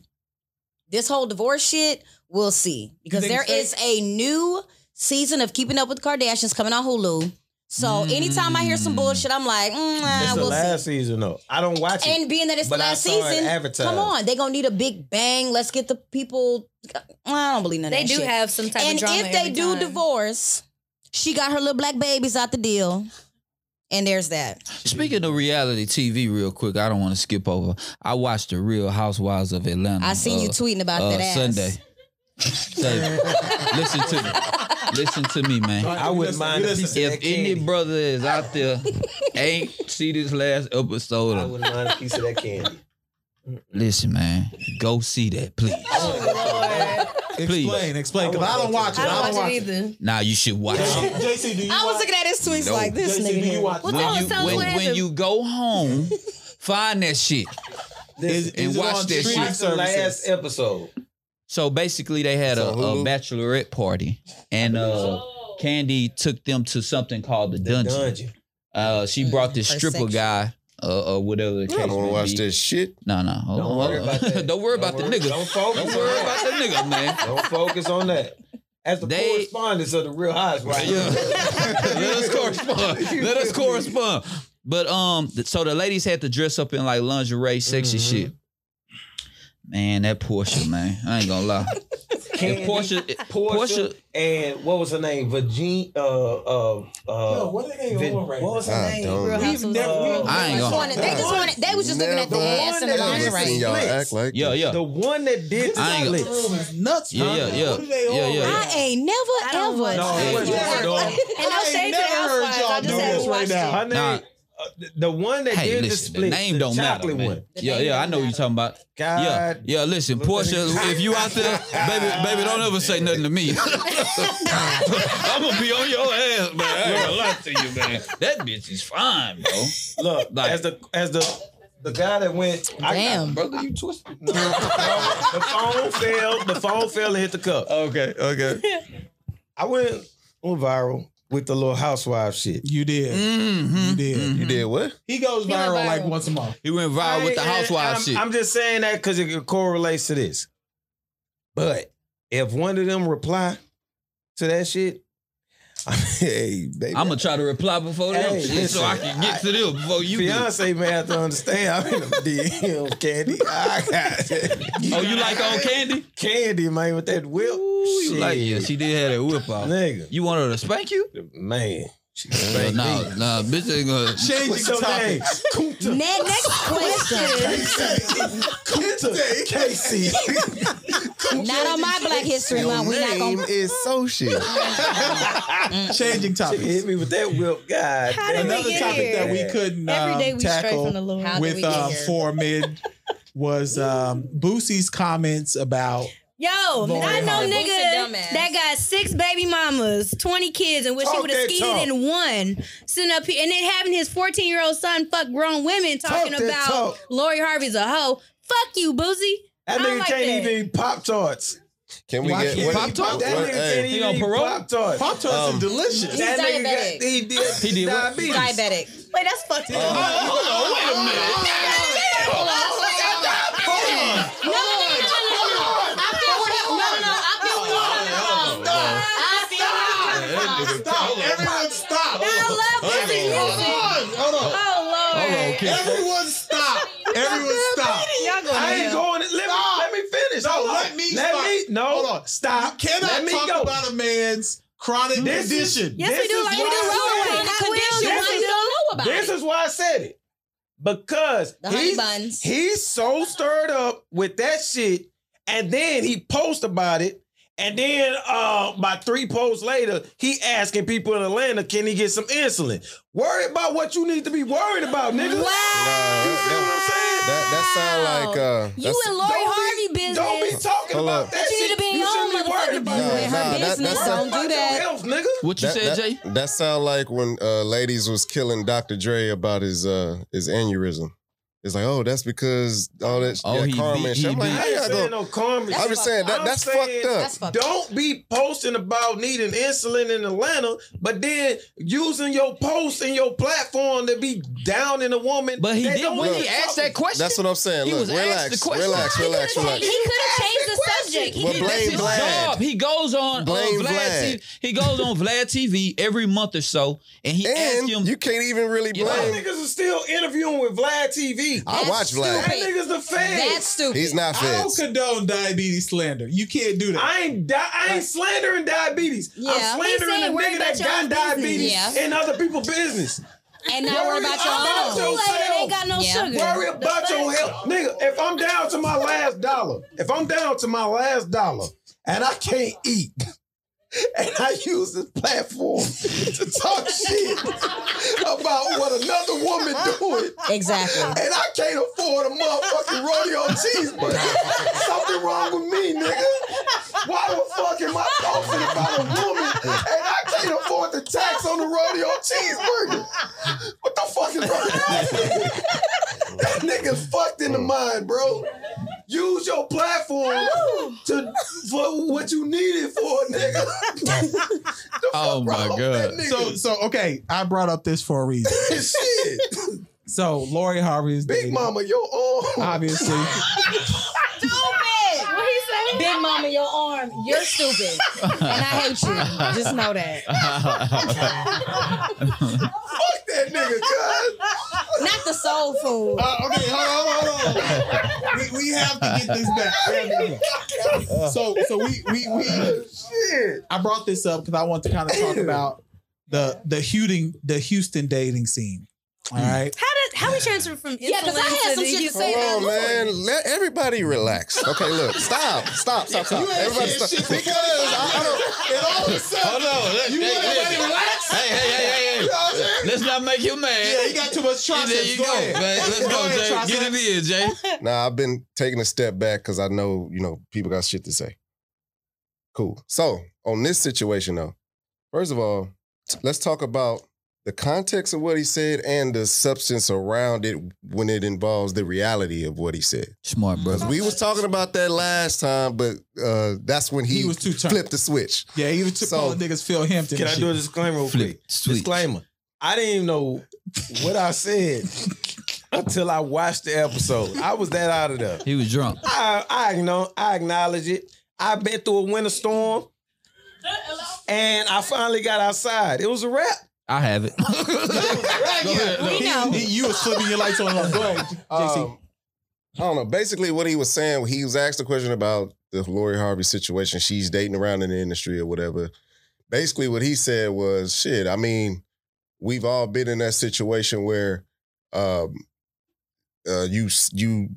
S2: this whole divorce shit, we'll see because
S3: think
S2: there
S3: it's
S2: is a new season of Keeping Up with the Kardashians coming on Hulu. So anytime I hear some bullshit, I'm like, mm, nah,
S8: It's the
S2: we'll see.
S8: last season though. I don't watch it.
S2: And being that it's
S8: But
S2: the
S8: I
S2: last
S8: saw it
S2: season,
S8: advertised.
S2: come on, they gonna need a big bang. Let's get the people. I don't believe none of
S5: They
S2: that
S5: do
S2: shit.
S5: have some type
S2: and
S5: of drama.
S2: if they
S5: every
S2: do
S5: time.
S2: divorce, she got her little black babies out the deal, and there's that.
S4: Speaking of reality TV, real quick, I don't want to skip over. I watched the Real Housewives of Atlanta.
S2: I seen you
S4: uh,
S2: tweeting about
S4: uh,
S2: that ass.
S4: Sunday. Sunday. listen to me. Listen to me, man.
S8: I wouldn't mind a piece of
S4: If
S8: that
S4: any
S8: candy.
S4: brother is out there ain't see this last episode,
S8: I
S4: of,
S8: wouldn't mind a piece of that candy.
S4: listen, man, go see that, please. Please.
S3: Oh, Explain, explain, because I don't watch it.
S5: I don't watch,
S3: watch
S5: it either.
S4: Now you should watch it.
S3: JC, do you?
S2: I was
S3: watch-
S2: looking at his tweets
S4: No.
S2: like this
S3: JC,
S2: nigga.
S3: do you
S2: here.
S3: watch?
S5: What's
S4: When
S5: on?
S4: you,
S5: Sounds
S4: when,
S5: what
S4: when
S5: happened.
S4: you go home, find that shit.
S3: Is,
S4: and
S3: is it
S4: watch
S3: on
S4: this
S3: streaming
S4: shit.
S8: Watch the last
S3: services?
S8: episode.
S4: So basically, they had a,
S6: So
S4: a
S6: Hulu?
S4: bachelorette party, and uh,
S3: Oh.
S4: Candy took them to something called the dungeon.
S8: Dungeon.
S3: Mm.
S4: Uh, she brought this
S2: Her
S4: stripper
S2: section.
S4: guy uh, or whatever. The case
S6: I don't want
S4: may
S6: to watch
S4: be.
S6: this shit.
S4: No, no. Hold
S8: Don't
S4: on,
S8: worry
S4: hold on.
S8: about that.
S4: Don't worry about the nigga.
S8: Don't focus.
S4: Don't worry about the nigga, man.
S8: Don't focus on that. As the
S4: They-
S8: correspondence of the real highs, right?
S4: Yeah. Let us correspond. Let us correspond. But um, th- so the ladies had to dress up in like lingerie, sexy
S8: Mhm.
S4: shit. Man, that Porsche, man. I ain't gonna lie.
S8: Candy,
S4: Portia- Portia-
S8: and what was her name? Virgin. Uh, uh, uh,
S3: Yo, what are they
S8: Vin-
S3: on right
S8: what was her
S6: I
S4: Ah.
S8: name?
S6: don't
S5: Real
S6: know.
S5: Housewives.
S3: We've never- we-
S8: Uh,
S4: I ain't
S2: Just
S4: gonna.
S2: wanted- they just wanted. They was just looking at the
S6: Never
S2: ass and the
S8: wanted
S6: I've seen
S2: lingerie.
S8: it.
S6: y'all
S8: Blitz.
S6: act like
S4: Yeah,
S6: this.
S4: yeah.
S8: The one that did
S4: I ain't-
S8: Split.
S3: Room is nuts.
S4: Yeah,
S3: man.
S4: yeah, yeah.
S3: What are they on
S4: Yeah,
S3: right
S4: yeah.
S3: now?
S2: I ain't
S5: I
S2: never
S5: don't
S2: ever.
S5: watch
S8: No,
S5: that.
S8: it
S5: Yeah.
S8: wasn't,
S5: Yeah.
S8: dog.
S5: And
S3: I
S5: no
S3: ain't
S5: shade to
S3: never
S5: the
S3: heard
S5: housewives.
S3: y'all
S5: I just
S3: do
S5: haven't
S3: this right
S5: watched
S3: now.
S8: Her
S5: it.
S8: name,
S4: Nah.
S8: uh, the- the one that
S4: Hey,
S8: did
S4: listen,
S8: the
S4: the
S8: split.
S4: name
S8: the
S4: don't matter,
S8: chocolate
S4: man.
S8: One.
S2: The
S4: yeah,
S2: name
S4: yeah, I
S2: don't
S4: know what you're
S2: matter.
S4: talking about.
S8: God,
S4: yeah, yeah. Listen, Portia, if you out there, baby, baby, don't ever say nothing to me. I'm gonna be on your ass, man. I ain't gonna lie to you, man. That bitch is fine, bro.
S8: look
S4: Like-
S8: as the as the the guy that went.
S2: Damn.
S4: Brother, you twisted.
S8: I, the phone fell. The phone fell and hit the cup.
S4: Okay, okay.
S8: I went went viral with the little housewife shit.
S3: You did.
S4: hmm
S3: You did.
S6: You did what?
S3: He goes
S5: He went
S3: viral, like
S5: viral.
S3: once a month.
S4: He went
S8: I
S4: viral with
S8: ain't-
S4: the housewife
S8: I'm,
S4: shit.
S8: I'm just saying that because it correlates to this. But if one of them reply to that shit, I mean, hey, baby,
S4: I'm gonna try to reply before them
S8: Hey,
S4: shit
S8: listen,
S4: so I can get to them before you. do.
S8: fiance may have to understand. I'm in the DM, Candy. I got
S4: Oh, you like on candy?
S8: Candy, man, with that whip.
S4: Ooh, you
S8: Shit.
S4: like yeah? She did have that whip out.
S8: nigga,
S4: You want her to spank you?
S8: man. She
S4: No,
S8: spanked
S4: no,
S8: me.
S4: bitch ain't gonna.
S3: Changing
S8: What's your name?
S3: topics.
S8: Kunta.
S2: Ne- next question.
S8: Kunta. Casey.
S2: not on my Black History Month. We're not
S6: name
S2: gonna.
S6: is so shit.
S3: Changing
S8: She hit
S3: topics.
S8: me with that whip. God.
S5: How did
S8: damn.
S5: we
S3: Another
S5: get
S3: topic
S5: here?
S3: that we couldn't
S5: Every
S3: um,
S5: day we straight
S3: tackle
S5: from the Lord.
S2: How- did we
S3: with
S2: get
S3: um,
S2: here?
S3: four mid was um, Boosie's comments about
S5: Yo, I
S3: Lord
S5: know
S3: have
S5: nigga
S2: mercy.
S5: that got six baby mamas, 20 kids, and wish he
S8: Talk
S5: would have
S8: that
S5: skeeted
S8: talk.
S5: in one. Sitting up here and then having his 14 year old son fuck grown women talking
S8: that
S5: about
S8: talk.
S5: Lori Harvey's a hoe. Fuck you, Boozy.
S8: That
S5: I
S8: nigga
S5: don't like
S8: can't
S5: that.
S8: even eat Pop Tarts.
S6: Can we
S3: Why
S6: get
S3: can't
S6: what-
S3: Pop Tart?
S8: That
S6: what-
S8: nigga can't
S6: hey,
S4: He
S8: even
S4: on
S8: eat
S4: parole?
S8: Pop Tarts.
S3: Pop tarts
S6: Um,
S3: are delicious.
S8: That
S2: He's
S8: nigga
S2: diabetic.
S8: got he did,
S4: He did what?
S8: diabetes.
S2: Diabetic.
S5: Wait, that's fucked up.
S2: No, no, no, no, no, no, no. I feel where that- no, no, no. I
S8: Oh,
S2: feel where you're coming from. I feel where you're coming from.
S3: Stop! Everyone stop!
S5: I love Boozy's music.
S3: Hold on.
S5: Oh, Lord.
S3: Everyone stop! Everyone stop!
S5: Y'all going
S8: I
S5: to
S8: ain't
S5: hell.
S8: going. Let me,
S3: Stop.
S8: let me finish.
S3: No,
S8: Hold on.
S3: let me
S8: Let
S3: stop.
S8: me. No.
S3: Hold on.
S8: Stop.
S3: You cannot
S8: Let me
S3: talk
S8: go.
S3: about a man's chronic
S8: This is-
S3: condition.
S5: Yes, we
S8: This
S5: do.
S8: is
S5: Like, we
S8: why-
S5: do roll away.
S2: The condition
S8: This
S2: why
S8: is-
S2: you don't know about
S8: This
S2: it.
S8: is why I said it because
S2: The honey
S8: he's
S2: buns.
S8: he's so stirred up with that shit, and then he posts about it. And then, uh, about three posts later, he asking people in Atlanta, "Can he get some insulin?" Worry about what you need to be worried about, nigga. You
S6: Nah,
S8: feel what I'm saying?
S6: That, that sound like uh,
S5: You
S6: that's-
S5: and Lori
S8: Don't be-
S5: Harvey business.
S8: Don't be talking
S6: Hold
S8: about
S6: up.
S8: that
S2: You need
S8: shit.
S2: to be in
S8: you
S2: your own
S8: shouldn't be worried
S2: motherfucking
S8: about
S6: No,
S2: business. Her
S8: it.
S6: no, that- that
S2: business. Don't
S6: sound-
S2: do
S8: About Your
S2: that.
S8: health, nigga.
S4: What you
S6: that,
S4: said,
S6: that,
S4: Jay?
S6: that sound like when uh, ladies was killing Dr. Dre about his uh his aneurysm. It's like, oh, that's because all that
S4: Oh,
S6: yeah,
S4: he
S6: karma
S4: beat-
S6: and shit.
S4: he
S6: I'm like,
S4: beat-
S8: I
S6: how
S8: ain't
S6: y'all
S8: saying
S6: gonna-
S8: no karma.
S6: I'm just
S2: fucked
S6: saying
S2: up.
S6: that
S8: I'm
S6: that's
S8: saying
S6: fucked up.
S2: That's fucked up.
S8: Don't be posting about needing insulin in Atlanta, but then using your post and your platform to be down in a woman.
S4: But he
S8: that
S4: did
S8: don't
S4: when he
S8: need
S4: asked
S8: something.
S4: that question.
S6: That's what I'm saying.
S4: He
S6: Look,
S4: was asked the
S6: relax,
S4: question.
S6: relax, relax, relax.
S5: He could have changed the subject. He
S6: Well,
S5: could
S6: blame
S4: That's his
S6: Vlad.
S4: job. He goes on uh,
S6: Blame
S4: Vlad,
S6: Vlad.
S4: TV, he goes on Vlad TV every month or so, and he
S6: And
S4: asks him.
S6: you can't even really
S4: Yeah.
S8: Y'all
S6: blame.
S8: niggas are still interviewing with Vlad TV.
S6: I
S2: That's
S6: watch
S8: That
S6: Vlad.
S2: stupid.
S8: nigga's the
S2: That's
S8: feds.
S2: stupid.
S6: He's not
S3: I don't
S6: feds.
S3: condone diabetes slander. You can't do that.
S8: I ain't di- I ain't slandering diabetes.
S2: Yeah.
S8: I'm slandering
S5: He said
S8: the
S5: worry
S8: nigga
S5: about
S8: that
S5: your
S8: got
S5: own business.
S8: diabetes
S2: Yeah.
S8: in other people's business.
S2: And not worry about
S8: about
S2: your own.
S8: your-
S5: Kool-Aid ain't got no
S2: Yeah.
S5: sugar.
S8: Worry
S5: The
S8: about your
S5: fuck?
S8: health. Nigga, if I'm down to my last dollar, if I'm down to my last dollar and I can't eat, and I use this platform to talk shit about what another woman doing,
S2: Exactly.
S8: and I can't afford a motherfucking rodeo cheeseburger, something wrong with me, nigga. Why the fuck am I posting about a woman and I can't afford the tax on the rodeo cheeseburger? What the fuck is wrong with this nigga? That nigga's fucked in the mind, bro. Use your platform to for what you need it for, nigga. The fuck
S4: Oh, my
S8: wrong with
S4: God.
S8: that nigga?
S3: So so okay, I brought up this for a reason.
S8: shit.
S3: So Lori Harvey is
S1: Big
S3: dating,
S1: Mama, your arm.
S3: Obviously,
S2: Stupid.
S5: What he say?
S2: Big Mama, your arm. You're stupid, and I hate you. Just know that.
S1: Fuck that nigga, cuz.
S2: Not the soul food.
S3: Uh, okay, hold on, hold on, hold on. We, we have to get this back. We have to get this back. So, so we we we.
S1: Shit.
S3: I brought this up because I want to kind of talk about the the Houston the Houston dating scene. All right,
S5: How did how we transfer from
S2: Yeah, 'cause I had
S5: influencer
S2: some shit to
S5: Houston-
S2: say.
S6: Hold on, man. Let everybody relax. Okay, look. Stop. Stop. Stop. Stop. Everybody stop. Because I, I don't.
S3: and all of a sudden,
S4: Hold on. Let,
S3: You
S4: hey,
S3: wanna let
S4: listen.
S3: him relax?
S4: Hey, hey, hey, hey, hey. Let's not make you mad.
S3: yeah, you got too much
S4: Yeah,
S3: trust.
S4: there you go, man. Let's go, Jay. Get it in, Jay.
S6: Nah, I've been taking a step back because I know you know people got shit to say. Cool. So on this situation though, first of all, let's talk about the context of what he said and the substance around it when it involves the reality of what he said.
S4: Smart, bro.
S6: Because we was talking about that last time, but uh, that's when he,
S3: He was too turned.
S6: flipped the switch.
S3: Yeah, even took
S6: So-
S3: all the niggas Phil Hampton.
S1: Can I do a disclaimer real quick?
S4: Flip. Sweet.
S1: Disclaimer. I didn't even know what I said until I watched the episode. I was that out of there.
S4: He was drunk.
S1: I, I know, I acknowledge it. I've been through a winter storm, and I finally got outside. It was a wrap.
S4: I have it.
S5: We know.
S3: He, you was flipping your lights on. Like, go ahead, JC.
S6: Um, I don't know. Basically, what he was saying, he was asked a question about the Lori Harvey situation. She's dating around in the industry or whatever. Basically, what he said was, "Shit, I mean, we've all been in that situation where, um, uh, you you."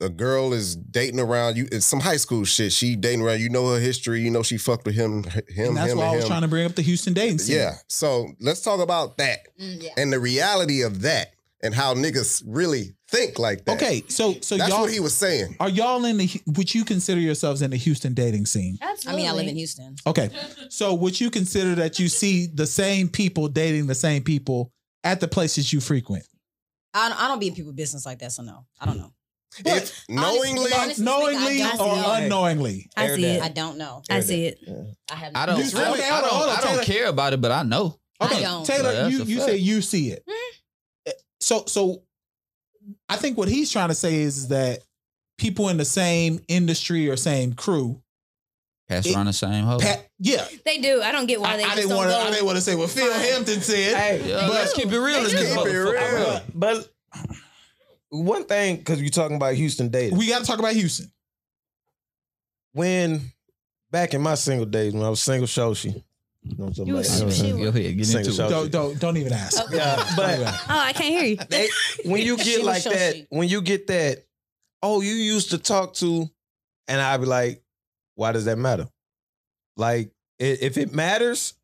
S6: A girl is dating around you. It's some high school shit. She dating around. You know her history. You know she fucked with him, him,
S3: and that's
S6: him,
S3: why
S6: and
S3: I was
S6: him.
S3: trying to bring up the Houston dating scene.
S6: yeah. So let's talk about that.
S2: Mm, yeah.
S6: and the reality of that and how niggas really think like that.
S3: Okay, so so
S6: That's
S3: y'all
S6: what he was saying.
S3: are y'all in the would you consider yourselves in the Houston dating scene?
S2: I mean, I live in Houston.
S3: Okay. So would you consider that you see the same people dating the same people at the places you frequent?
S2: I don't, I don't be in people's business like that, so no, I don't know.
S3: But-
S6: If knowingly,
S2: honestly,
S3: Knowingly
S2: I don't
S3: or
S2: know.
S3: unknowingly?
S5: I see
S2: I
S5: it.
S2: don't know.
S5: I see it.
S2: I have.
S4: I don't.
S3: It's
S4: I don't,
S3: really-
S4: I don't,
S3: hold on,
S4: I don't
S3: Taylor.
S4: care about it, but I know.
S3: Okay.
S2: I don't. Hmm?
S4: Yeah,
S3: Taylor,
S4: that's
S3: you,
S4: a
S3: you
S4: fact.
S3: say you see it. Eh, So so I think what he's trying to say is that people in the same industry or same crew,
S4: Pass
S3: It-
S4: around the same hoe.
S3: Pat, yeah.
S5: They do. I don't get why
S3: I,
S5: they
S3: I
S5: just
S3: didn't
S5: don't
S3: want to.
S5: go.
S3: I didn't want to say what Phil Hampton said.
S1: Hey,
S4: Yeah,
S5: They
S4: let's
S5: do.
S4: keep it real.
S5: They
S4: Let's
S5: do.
S6: Keep it real.
S1: but one thing, because you're talking about Houston dating.
S3: We got to talk about Houston.
S1: when back in my single days, when I was single, Shoshi. You know what I'm
S5: You was
S1: talking about?
S5: single.
S4: Go ahead, get
S1: Sing
S4: into
S1: a song. Okay.
S4: it.
S3: Don't don't don't even ask.
S1: Yeah, but
S5: Oh, I can't hear you.
S1: they, when you
S2: She
S1: get
S2: was
S1: like that,
S2: Shoshi.
S1: when you get that, oh, you used to talk to, and I'd be like, why does that matter? Like, i- if it matters,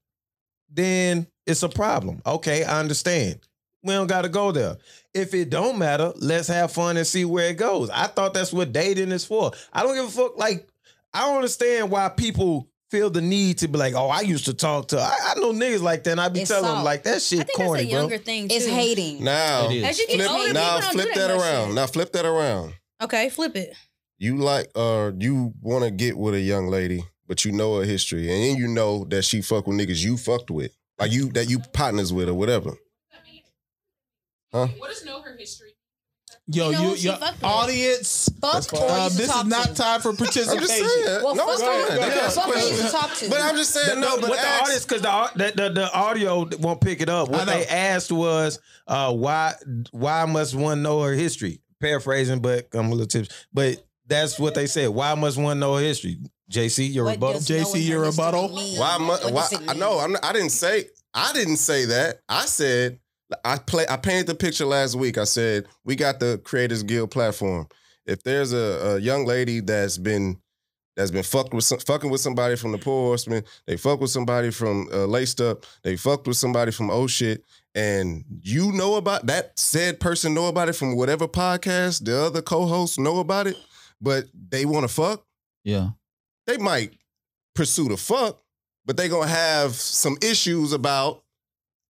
S1: then it's a problem. Okay, I understand. We don't got to go there. If it don't matter, let's have fun and see where it goes. I thought that's what dating is for. I don't give a fuck. Like, I don't understand why people feel the need to be like, oh, I used to talk to. I, I know niggas like that, and I be
S2: It's
S1: telling
S2: salt.
S1: them like that
S5: I
S1: shit
S5: think
S1: corny,
S5: that's a
S1: bro.
S5: younger thing. Too.
S2: It's hating.
S6: now
S4: It is.
S5: As you get
S6: flip,
S5: older,
S6: now
S5: people don't
S6: flip
S5: do
S6: that,
S5: much
S6: around.
S5: shit.
S6: Now flip that around.
S5: Okay, flip it.
S6: You like, uh, you want to get with a young lady, but you know her history, and then you know that she fuck with niggas you fucked with, like you that you partners with or whatever.
S3: Yo,
S5: You know
S3: you,
S5: who she
S3: yo
S5: fucked with.
S3: audience.
S2: Fuck or
S3: Uh,
S2: you
S3: this is
S2: talk
S3: not
S2: to.
S3: time for
S6: I'm just
S3: participation.
S6: saying.
S2: Well,
S6: no,
S2: fuck
S6: it's
S2: her.
S6: not. That's
S2: Fuck
S6: a
S2: her you
S6: question.
S2: used to talk to.
S6: But I'm just saying no. But
S1: what the
S6: ask-
S1: audience, because the, au- the the the audio won't pick it up.
S3: I
S1: What
S3: know.
S1: they asked was, uh, why why must one know her history? Paraphrasing, but I'm a little tips. But that's what they said. Why must one know her history? JC, your
S2: What
S1: rebuttal.
S2: does
S3: JC,
S2: knowing her
S3: your
S2: history
S3: rebuttal?
S2: mean?
S6: Why?
S2: What
S6: Mu-
S2: does
S6: why?
S2: it
S6: I
S2: mean?
S6: know. I'm not, I didn't say. I didn't say that. I said. I play. I painted the picture last week. I said we got the Creators Guild platform. If there's a, a young lady that's been that's been fucked with some, fucking with somebody from the Poor Horseman, they fucked with somebody from uh, Laced Up, they fucked with somebody from Oh Shit, and you know about that said person know about it from whatever podcast the other co-hosts know about it, but they want to fuck
S4: Yeah.
S6: they might pursue the fuck, but they gonna have some issues about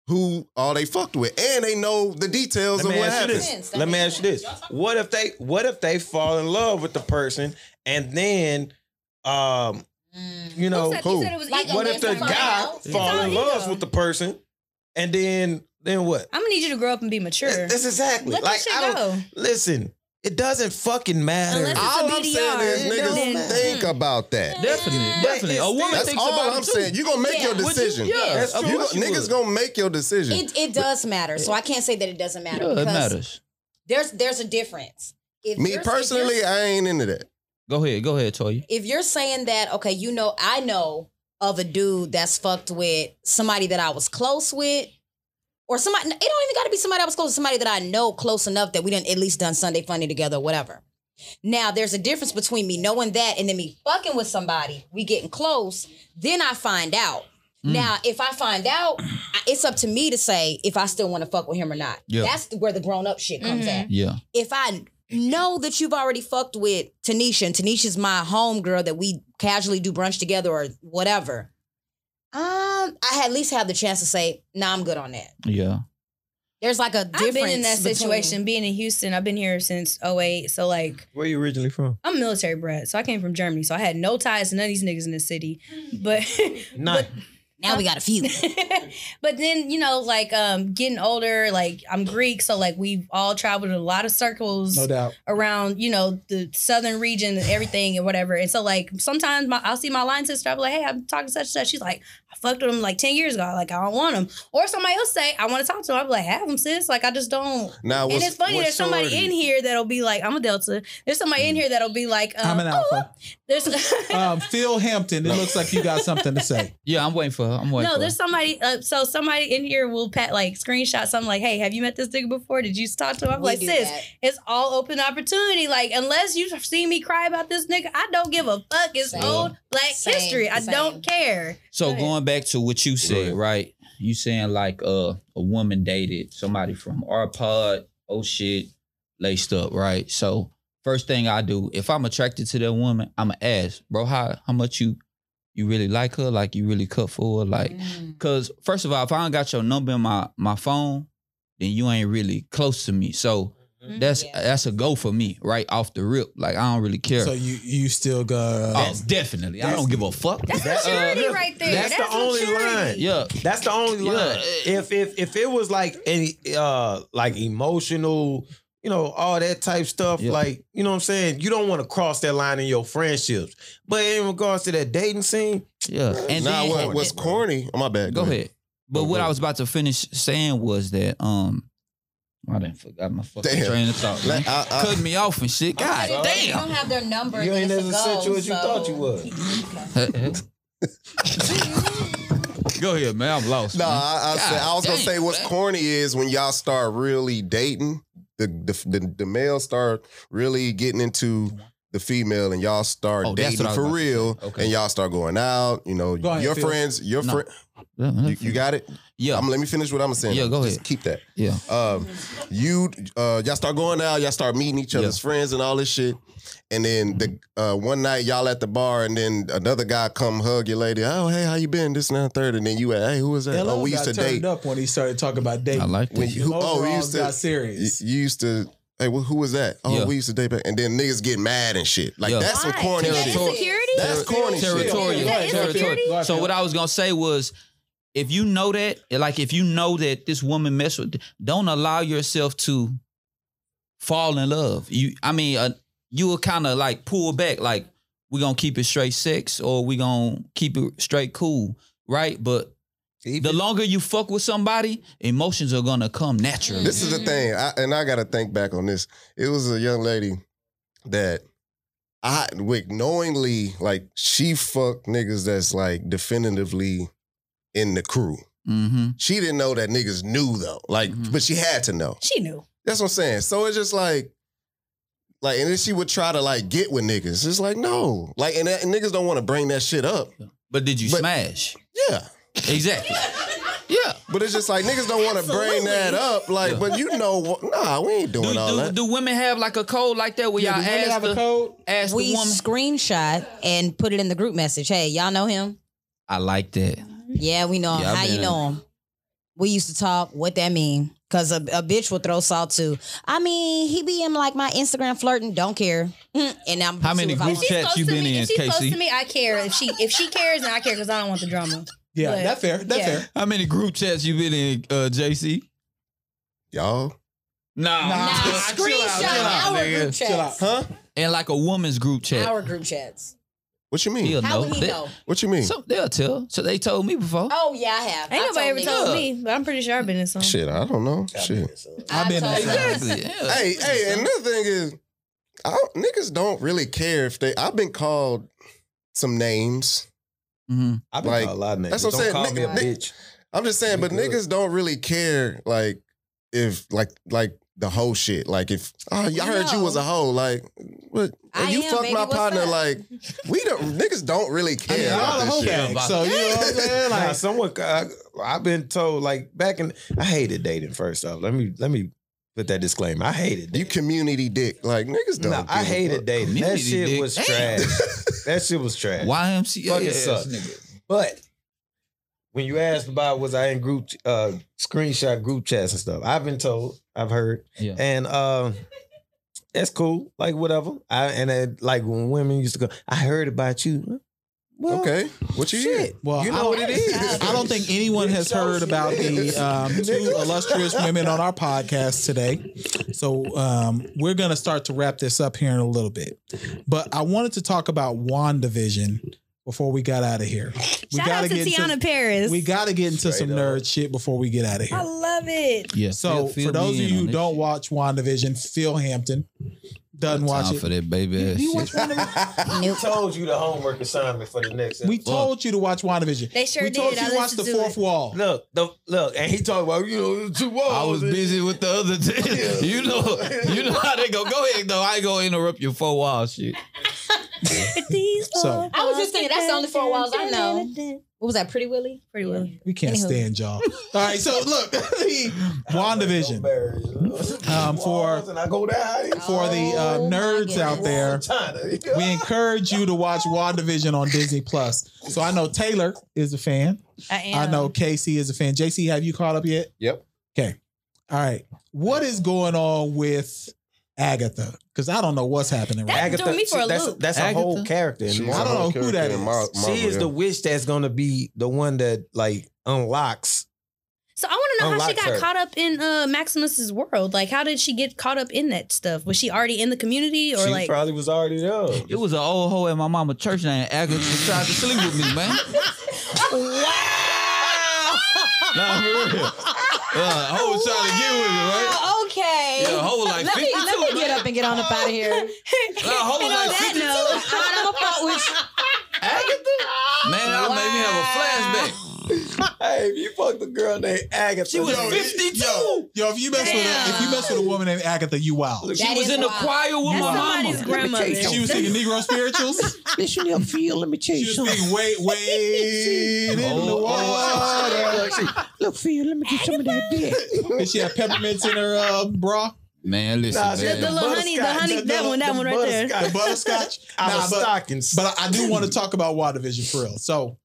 S6: who all they fucked with, and they know the details
S1: Let
S6: of
S1: me
S6: what
S1: ask you
S6: happened.
S1: this. Let me ask you this. What if they what if they fall in love with the person and then um
S2: Mm.
S1: you know
S5: Who said- you
S6: who?
S5: said it was
S2: Like,
S5: ego
S1: what if
S5: based
S1: the
S5: on
S2: Someone
S1: guy
S2: else?
S5: It's
S1: fall
S5: all
S1: in
S5: ego.
S1: love with the person and then Then what?
S5: I'm gonna need you to grow up and be mature.
S6: That's exactly.
S5: Let
S6: like
S5: that shit
S6: I don't.
S5: go.
S1: Listen, it doesn't fucking matter.
S5: Unless it's-
S6: All
S5: a
S6: I'm saying
S5: DDR,
S6: is
S1: it don't
S6: niggas
S1: matter.
S6: think about that.
S4: Definitely, definitely. A woman
S6: That's
S4: thinks
S6: all
S4: Hmm. about
S6: I'm
S4: it too.
S6: saying. You gonna make
S5: Yeah.
S6: your
S5: Would you-
S6: decision.
S4: Yeah,
S1: That's
S4: of
S1: true.
S6: You
S4: course
S6: go-
S4: you
S6: niggas
S4: would.
S6: gonna make your decision.
S2: It, it does matter. So I can't say that it doesn't matter
S4: Yeah, it
S2: because
S4: matters.
S2: there's there's a difference. If
S6: Me
S2: you're- if you're-
S6: personally, I ain't into that.
S4: Go ahead, go ahead, Toya.
S2: if you're saying that, okay, you know, I know of a dude that's fucked with somebody that I was close with, or somebody. It don't even got to be somebody I was close. to, Somebody that I know close enough that we done at least done Sunday funny together, whatever. Now there's a difference between me knowing that and then me fucking with somebody. We getting close, then I find out. Now, if I find out, I- it's up to me to say if I still want to fuck with him or not.
S4: Yeah.
S2: That's where the grown up shit comes at
S4: Yeah,
S2: if I know that you've already fucked with Tanisha and Tanisha's my home girl that we casually do brunch together or whatever, um, I at least have the chance to say, nah, I'm good on that.
S4: yeah.
S2: There's like a difference.
S5: I've been in that
S2: between-
S5: situation. Being in Houston, I've been here since 08. So like,
S1: Where you originally from?
S5: I'm military brat. So I came from Germany. So I had no ties to none of these niggas in the city. But
S1: Nah.
S2: Now we got a few.
S5: but then you know, like um, getting older, like I'm Greek, so like we've all traveled a lot of circles.
S3: No doubt.
S5: around you know the southern region and everything and whatever and so like sometimes my, i'll see my line sister i'll be like hey i'm talking to such and such she's like i fucked with him like 10 years ago like i don't want him or somebody else say i want to talk to him i'll be like have him sis like i just don't
S6: Now,
S5: and
S6: what's-
S5: it's funny
S6: what's
S5: there's somebody
S6: shorty?
S5: in here that'll be like i'm a delta there's somebody in here that'll be like um,
S3: Mm. I'm an alpha.
S5: there's
S3: Um, Phil Hampton, it looks like you got something to say.
S4: Yeah, I'm waiting for her. I'm
S5: no
S4: waiting for her.
S5: there's somebody uh, so somebody in here will pat like screenshot something like hey have you met this nigga before did you talk to him i'm
S2: We
S5: like
S2: do
S5: sis
S2: that.
S5: It's all open opportunity. Like, unless you've seen me cry about this nigga, I don't give a fuck. It's
S2: Same.
S5: old black
S2: Same.
S5: history. I
S2: Same.
S5: don't care.
S4: So
S5: Right.
S4: going back to what you said, right? You saying like uh, a woman dated somebody from our pod, oh shit, laced up, right? So first thing I do, if I'm attracted to that woman, I'ma ask, bro, how how much you you really like her? Like you really cut for her? Like
S5: Mm.
S4: Cause first of all, if I don't got your number in my my phone, then you ain't really close to me. So
S5: Mhm.
S4: that's
S2: Yeah.
S4: that's a go for me right off the rip. Like I don't really care.
S3: So you you still got uh,
S4: oh, definitely. I don't give a fuck.
S5: That's
S1: That's, uh,
S5: maturity
S1: look,
S5: right there.
S1: that's
S5: That's,
S1: the only
S5: maturity.
S1: line.
S4: yeah.
S1: That's the only
S4: Yeah.
S1: line. If if if it was like any uh like emotional, you know, all that type stuff,
S4: Yeah.
S1: like, you know what I'm saying? You don't want to cross that line in your friendships. But in regards to that dating scene,
S4: Yeah. And
S6: Nah,
S4: then,
S6: what, what's corny? Oh my bad.
S4: go ahead. But
S6: Go
S4: what
S6: ahead.
S4: I was about to finish saying was that um I didn't forgot my fucking
S6: Damn.
S4: train of thought. Man.
S6: Let- uh, I- I-
S4: Cut me off and shit. God
S2: But if They
S4: damn.
S2: don't have their number.
S1: you ain't
S2: it's
S1: as
S2: a go,
S1: essential as you
S2: so-
S1: thought you was.
S4: Go ahead, man. I'm lost.
S6: No,
S4: man.
S6: I, I, said, I was gonna
S4: damn,
S6: say what's
S4: man.
S6: corny is when y'all start really dating, the the, the the males start really getting into the female, and y'all start
S4: Oh, that's
S6: dating
S4: what I was
S6: for
S4: about to say.
S6: real,
S4: Okay.
S6: and y'all start going out. You know,
S3: Go ahead,
S6: your
S3: Phil.
S6: friends, your
S4: No.
S6: friend,
S4: Yeah,
S6: you, you got it.
S4: yeah,
S6: I'm let me finish what I'm saying.
S4: Yeah, go
S6: Just
S4: ahead.
S6: keep that.
S4: yeah.
S6: Um, you uh, y'all start going out, y'all start meeting each other's friends and all this shit, and then the uh, one night y'all at the bar, and then another guy come hug your lady. Oh hey, how you been? This and that and third, and then you at hey, who is that?
S3: LL
S6: oh, we used
S3: got
S6: to
S3: turned
S6: date.
S3: up when he started talking about dating.
S4: I like
S6: When
S4: that.
S6: you, oh, we used to
S3: got serious.
S6: you used to. Hey, wh- who was that? Oh,
S4: Yeah.
S6: we used to date back, and then niggas get mad and shit. Like
S4: Yeah.
S6: that's some
S5: Why?
S6: corny
S5: Is that
S6: shit.
S5: insecurity?
S6: That's corny shit.
S4: territorial.
S5: Yeah, it's
S4: territorial.
S5: security.
S4: So what I was gonna say was, if you know that, like if you know that this woman mess with, don't allow yourself to fall in love. You, I mean, uh, you will kind of like pull back. Like we gonna keep it straight sex, or we gonna keep it straight cool, right? But the longer you fuck with somebody, emotions are gonna come naturally.
S6: This is the thing, I, and I gotta think back on this. It was a young lady that I like knowingly like she fucked niggas that's like definitively in the crew.
S4: mm-hmm.
S6: She didn't know that niggas knew though, like,
S4: Mhm.
S6: but she had to know.
S5: She knew.
S6: That's what I'm saying. So it's just like, like, and then she would try to like get with niggas. It's like no, like, and, that, and niggas don't want to bring that shit up.
S4: But did you
S6: But-
S4: smash?
S6: Yeah.
S4: Exactly. yeah.
S6: But it's just like niggas don't want to bring that up, like. But you know, what- nah, we ain't doing
S4: Do,
S6: all
S4: do,
S6: that.
S4: do women have like a code like that where
S3: Yeah,
S4: y'all
S3: do women
S4: ask
S3: have a
S4: the,
S3: code?
S4: ask
S2: We
S4: the woman?
S2: screenshot and put it in the group message. Hey, y'all know him?
S4: I like that.
S2: Yeah, we know him.
S4: Yeah, I've
S2: How you
S4: been-
S2: know him? We used to talk. What that mean? Cause a, a bitch will throw salt too. I mean, he be in like my Instagram flirting. Don't care. Mm, And I'm
S4: How many
S2: see if I
S4: group
S2: want-
S5: She's
S4: Chats
S5: close
S4: you
S5: to
S4: been
S5: me.
S4: in,
S5: if she's
S4: Casey?
S5: close to me, I care. If she if she cares, then I care because I don't want the drama.
S3: Yeah,
S5: But-
S3: that fair. That
S5: Yeah.
S3: fair.
S4: How many group chats you been in, uh, JC?
S6: y'all.
S3: Nah.
S4: Nah.
S2: Nah,
S3: chill out,
S2: screenshot
S3: chill out,
S2: our
S4: nigga.
S2: group
S3: Chill out.
S2: chats.
S6: Huh?
S4: And like a woman's group chat.
S2: Our group chats.
S6: What you mean?
S4: He'll
S2: How
S4: know.
S2: would he
S4: They-
S2: know?
S6: What you mean?
S4: Some, they'll tell. So they told me before.
S2: Oh yeah, I have.
S5: Ain't
S2: I
S5: nobody ever
S2: niggas.
S5: told me, but I'm pretty sure I've been in some.
S6: Shit, I don't know. Shit.
S3: I've been
S2: I told
S3: in
S2: you.
S4: Exactly. yeah.
S6: Hey, hey, and another thing is, I, don't- niggas don't really care if they. I've been called some names.
S4: Mhm.
S1: I've been
S6: Like,
S1: called a lot of names.
S6: that's what I'm
S1: Don't
S6: saying.
S1: call me a
S6: Nigga- nigga-
S1: bitch.
S6: I'm just saying, but
S1: Pretty good.
S6: niggas don't really care. Like if like like the whole shit. Like if oh, you I heard you was a hoe. Like what?
S2: I
S6: And you
S2: am,
S6: fucked
S2: baby,
S6: my
S2: what's
S6: partner.
S2: up?
S6: Like we don't. Niggas don't really
S3: I mean,
S6: care
S3: y'all the
S6: about this
S3: whole
S6: shit.
S3: bag. So you know what I'm saying?
S1: Nah,
S3: Like,
S1: someone I, I've been told like back in I hated dating first off. Let me let me put that disclaimer. I hated
S6: You
S1: dating.
S6: community dick. Like niggas don't.
S1: No, I
S6: give a
S1: hated
S6: fuck.
S1: dating. That
S4: Community
S1: shit
S4: dick.
S1: was
S4: Damn.
S1: trash. that shit was trash.
S4: YMCA.
S1: Fucking
S4: ass
S1: suck.
S4: nigga.
S1: But when you asked about was I in group uh screenshot group chats and stuff, I've been told, I've heard,
S4: Yeah.
S1: and um that's cool, like whatever. I and it, like when women used to go, I heard about you. Well,
S6: Okay, what you hear?
S1: shit.
S3: Well,
S1: you
S3: I-
S1: know what it is.
S3: I don't think anyone has heard about the um, two illustrious women on our podcast today. So um, we're going to start to wrap this up here in a little bit. But I wanted to talk about WandaVision before we got out of here. We
S5: Shout
S3: gotta
S5: out to
S3: get
S5: Tiana
S3: into,
S5: Paris.
S3: We got to get into some
S1: Straight up.
S3: nerd shit before we get out of
S5: I
S3: here.
S5: love it.
S4: Yeah.
S3: So
S4: Feel- feel
S3: for those of
S4: me in
S3: you
S4: on
S3: who
S4: this
S3: don't
S4: shit.
S3: watch WandaVision, Phil Hampton doesn't
S4: Time
S3: watch
S4: for
S3: it.
S4: that baby ass
S3: You
S4: shit.
S3: watch WandaVision?
S1: I told you the homework assignment for the next.
S3: We told you to watch WandaVision.
S5: They sure
S3: we told
S5: did.
S3: you
S5: I
S3: to watch
S5: listened
S3: the
S5: to
S3: fourth
S5: it.
S3: wall.
S1: Look, the, look, and he talked about you know two walls.
S4: I was busy with the other thing. You know, you know how they go. Go ahead though. I ain't gonna interrupt your four wall shit.
S5: These
S3: So-
S2: I was just thinking, that's the only four walls I know. What was that? Pretty Willy.
S5: Pretty well.
S3: We can't
S2: Anywho.
S3: stand y'all. All right, so look, WandaVision Um, for-
S1: and uh, I go down
S3: for the uh,
S2: Oh my
S3: nerds out
S2: goodness.
S3: there.
S1: China.
S3: We encourage you to watch WandaVision on Disney Plus. So I know Taylor is a fan.
S5: I am.
S3: I know Casey is a fan. JC, have you caught up yet?
S6: Yep.
S3: Okay. All right. What is going on with Agatha? Because I don't know what's happening right.
S5: That- threw me for a
S1: that's,
S5: loop.
S1: that's a
S4: Agatha?
S1: whole character. In
S6: She's
S3: I
S6: a
S3: don't
S1: Marvel.
S3: know
S6: whole
S3: who that
S6: character in
S3: is.
S6: Mar- Marvel,
S1: She is
S6: yeah.
S1: the witch that's gonna be the one that like unlocks.
S5: So I want to know how she
S1: Unlocks
S5: got
S1: her.
S5: caught up in uh, Maximus's world. Like, how did she get caught up in that stuff? Was she already in the community, or
S1: she
S5: like,
S1: probably was already there.
S4: It was an old hoe at my mama church named Agatha that tried to sleep with me, man. wow. Nah, for real. Uh, hoe was trying to get with me, right?
S2: Oh, okay.
S4: Yeah, hoe was like
S2: let me,
S4: 52,
S2: let me
S4: man.
S2: get up and get on up out of here.
S4: Nah, hoe was like 52.
S2: I don't fuck with you.
S4: Man, that made me have a flashback.
S1: Hey, if you fucked a girl named Agatha,
S4: She was
S1: yo,
S4: 52.
S3: Yo, if you mess with a, if you mess with a woman named Agatha, you wild.
S4: She
S2: That
S4: was
S2: is
S4: in the
S2: wild.
S4: choir with
S5: That's
S4: my
S5: somebody's
S4: mama.
S5: grandmother.
S3: She was singing Negro spirituals.
S9: Listen up, Phil. Let me tell you
S3: She was
S9: something.
S3: singing wait, wait in the
S4: Oh,
S3: water.
S9: oh, Look, Phil, let me get some of that dick.
S3: Did she have peppermints in her uh, bra?
S4: Man, listen,
S1: Nah, she
S4: man.
S1: had
S5: The little honey- the
S1: butterscotch,
S5: honey- that one- that one right there.
S1: butterscotch
S3: The butterscotch?
S1: Out
S3: Nah,
S1: of
S3: but-
S1: stockings.
S3: But I, I do want to talk about Water Vision for real. So,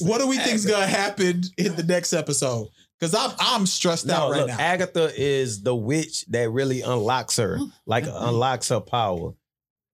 S3: what do we think is going to happen in the next episode? Because I'm I'm stressed
S1: No,
S3: out right
S1: look,
S3: now.
S1: Agatha is the witch that really unlocks her, like unlocks her power.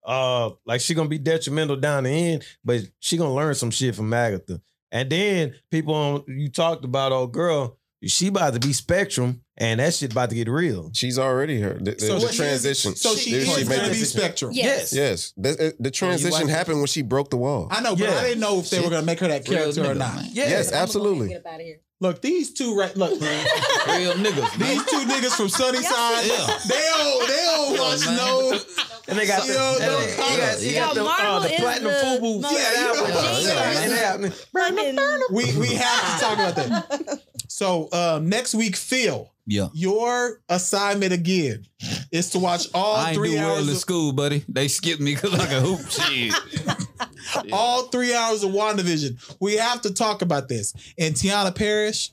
S1: Uh, like she gonna be detrimental down the end, but she gonna learn some shit from Agatha. And then people on you talked about, oh girl, she about to be Spectrum, and that shit about to get real.
S6: She's already her. Th- There's
S3: what
S6: a
S3: she-
S6: transition.
S3: so she,
S6: There-
S3: is
S1: she
S3: going
S1: made
S3: to
S1: the
S3: be
S1: decision.
S3: Spectrum.
S5: yes,
S6: Yes, the, the transition
S1: watch-
S6: happened when she broke the wall.
S3: I know, but
S1: Yeah.
S3: I didn't know if they were going to make her that
S4: Real
S3: character or
S4: nigga,
S3: not.
S4: man.
S1: Yeah,
S6: yes, absolutely.
S2: Get up out of here.
S3: Look, these two right. Look,
S4: Real niggas, man.
S3: these two niggas from Sunnyside.
S4: Yeah.
S3: They don't. They don't watch
S4: man.
S3: no.
S1: and they got the,
S3: Yo,
S1: and
S3: no,
S1: they- he got, he
S4: yeah.
S1: got the, uh,
S5: Marvel
S1: the
S5: is
S1: platinum
S5: the
S1: fubu.
S5: most-
S1: Yeah, that one.
S5: Yeah,
S1: Yeah, and that-
S5: Fucking-
S3: We we have to talk about that. So um, next week, Phil,
S4: Yeah.
S3: your assignment again is to watch all
S4: I ain't
S3: three
S4: do well
S3: hours
S4: in
S3: of
S4: school, buddy. They skipped me because I could hoop shit.
S3: all three hours of WandaVision. We have to talk about this. And Tiana Parrish,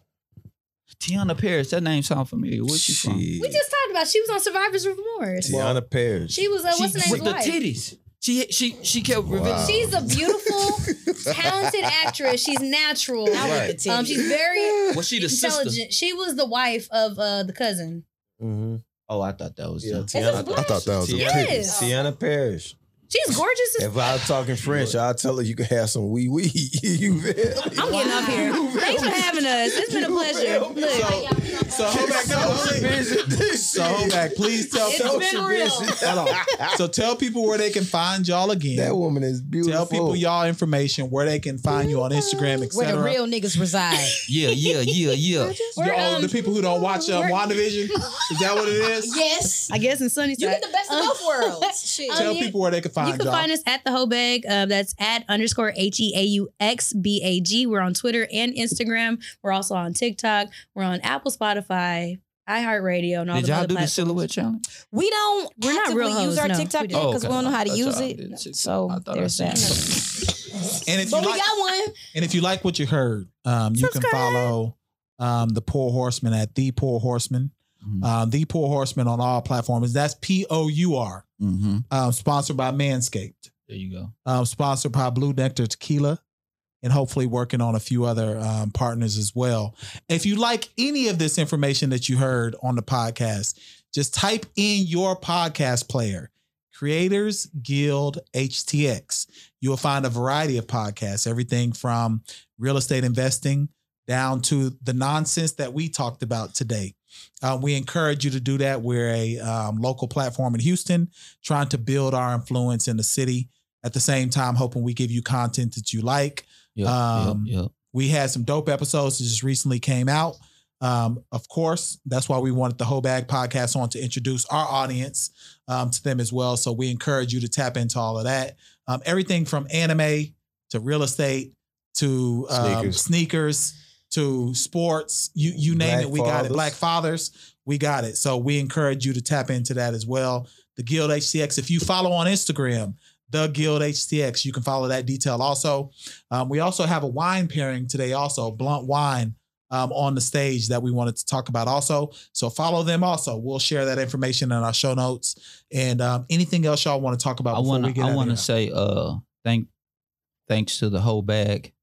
S4: Tiana Paris, that name sound familiar. Where she from?
S5: we just talked about. She was on Survivor's Remorse.
S1: Tiana Paris.
S5: She was uh, what's the
S4: She-
S5: name's
S4: with the
S5: wife.
S4: titties. She she she kept revealing.
S5: She's a beautiful, talented actress. She's natural.
S2: I
S6: Right.
S2: with the
S5: Um, she's
S2: titties.
S5: very
S4: Was she the sister?
S5: intelligent. She was the wife of uh, the cousin.
S1: Mm-hmm.
S4: Oh, I thought that was
S1: Yeah,
S4: the
S1: Tiana.
S6: I thought that was a
S1: Tiana,
S6: titty.
S5: Yes.
S1: Tiana Parrish.
S5: She's gorgeous. As
S1: If I was talking French, I'll tell her you can have some wee wee. you feel me?
S5: I'm getting up here. Thanks for having us. It's been a pleasure. Look,
S3: So Hoback, no, please. So Hoback, please tell
S5: It's been
S3: people.
S5: real.
S3: Hold on. So tell people where they can find y'all again.
S10: That woman is beautiful.
S3: tell people y'all information where they can find you on Instagram,
S2: Where the
S3: etc.
S2: real niggas reside.
S4: Yeah, yeah, yeah, yeah.
S5: We're,
S3: Oh,
S5: um,
S3: the people who don't watch uh,
S5: we're-
S3: WandaVision, is that what it is?
S2: yes.
S5: I guess in Sunny
S2: You get the best of both worlds. Shit.
S3: Tell
S5: Um,
S3: people where they can find
S5: you can
S3: y'all.
S5: find us at the Hobag. Uh, that's at underscore H E A U X B A G. We're on Twitter and Instagram. We're also on TikTok. We're on Apple, Spotify, iHeartRadio, and all
S4: Did
S5: the
S4: y'all
S5: other
S4: do the
S5: platforms.
S4: silhouette challenge?
S2: We don't.
S5: We're not
S2: actively
S5: real hoes,
S2: use our
S5: no.
S2: TikTok
S5: We
S2: yet
S5: didn't.
S4: Oh,
S2: because
S4: okay.
S2: we don't know how to
S4: I thought
S2: use
S4: y'all
S2: it.
S4: did TikTok.
S2: So
S4: I thought I
S2: there's
S4: seen
S2: that.
S3: And if you
S2: But we
S3: like,
S2: got one.
S3: and if you like what you heard, um, you can follow um, the Poor Horseman at the Poor Horseman,
S4: Mhm.
S3: um, the Poor Horseman on all platforms. That's P O U R.
S4: Mm-hmm.
S3: Um, sponsored by Manscaped.
S4: There you go.
S3: um, sponsored by Blue Nectar Tequila, and hopefully working on a few other um, partners as well. If you like any of this information that you heard on the podcast, just type in your podcast player, Creators Guild HTX. You will find a variety of podcasts, everything from real estate investing down to the nonsense that we talked about today. Uh, we encourage you to do that. We're a um, local platform in Houston trying to build our influence in the city at the same time hoping we give you content that you like
S4: Yep,
S3: Um,
S4: yep, yep.
S3: we had some dope episodes that just recently came out um, of course that's why we wanted the whole bag podcast on to introduce our audience um, to them as well so we encourage you to tap into all of that um, everything from anime to real estate to um, sneakers.
S6: Sneakers.
S3: to sports you you name
S10: Black
S3: it we got it
S10: fathers.
S3: black fathers we got it so we encourage you to tap into that as well the guild hcx if you follow on instagram the guild hcx you can follow that detail also um, we also have a wine pairing today also blunt wine um, on the stage that we wanted to talk about also so follow them also we'll share that information in our show notes and um, anything else y'all want to talk about
S4: I
S3: before we
S4: want to.
S3: get out
S4: I
S3: of
S4: want to
S3: here?
S4: say uh thank thanks to the whole bag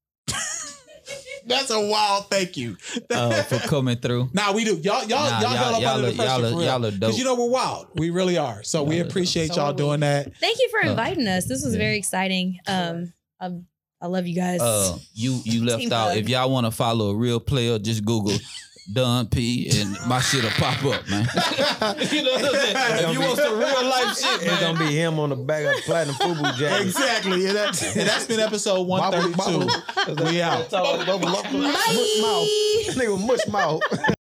S3: that's a wild thank you
S4: uh, for coming through.
S3: Nah, we do. Y'all, y'all,
S4: Nah,
S3: y'all, held up under
S4: are-
S3: the pressure
S4: y'all,
S3: for
S4: are,
S3: real.
S4: y'all are dope.
S3: Because you know we're wild. We really are. So we
S4: Y'all are
S3: appreciate
S2: dope.
S3: y'all
S2: So are we.
S3: doing that.
S5: Thank you for
S4: Uh,
S5: inviting us. This was
S4: yeah.
S5: very exciting. Um, I, I love you guys.
S4: uh, you you left
S5: Team
S4: out.
S5: hug.
S4: If y'all want to follow a real player, just Google Don P, and my shit'll pop up, man. you know what I'm saying? If you want some real life shit,
S1: It's
S4: man.
S1: gonna be him on the back of a platinum FUBU jacket.
S3: Exactly. And, that, and that's been episode 132. We out.
S1: Bye. Nigga, mush mouth.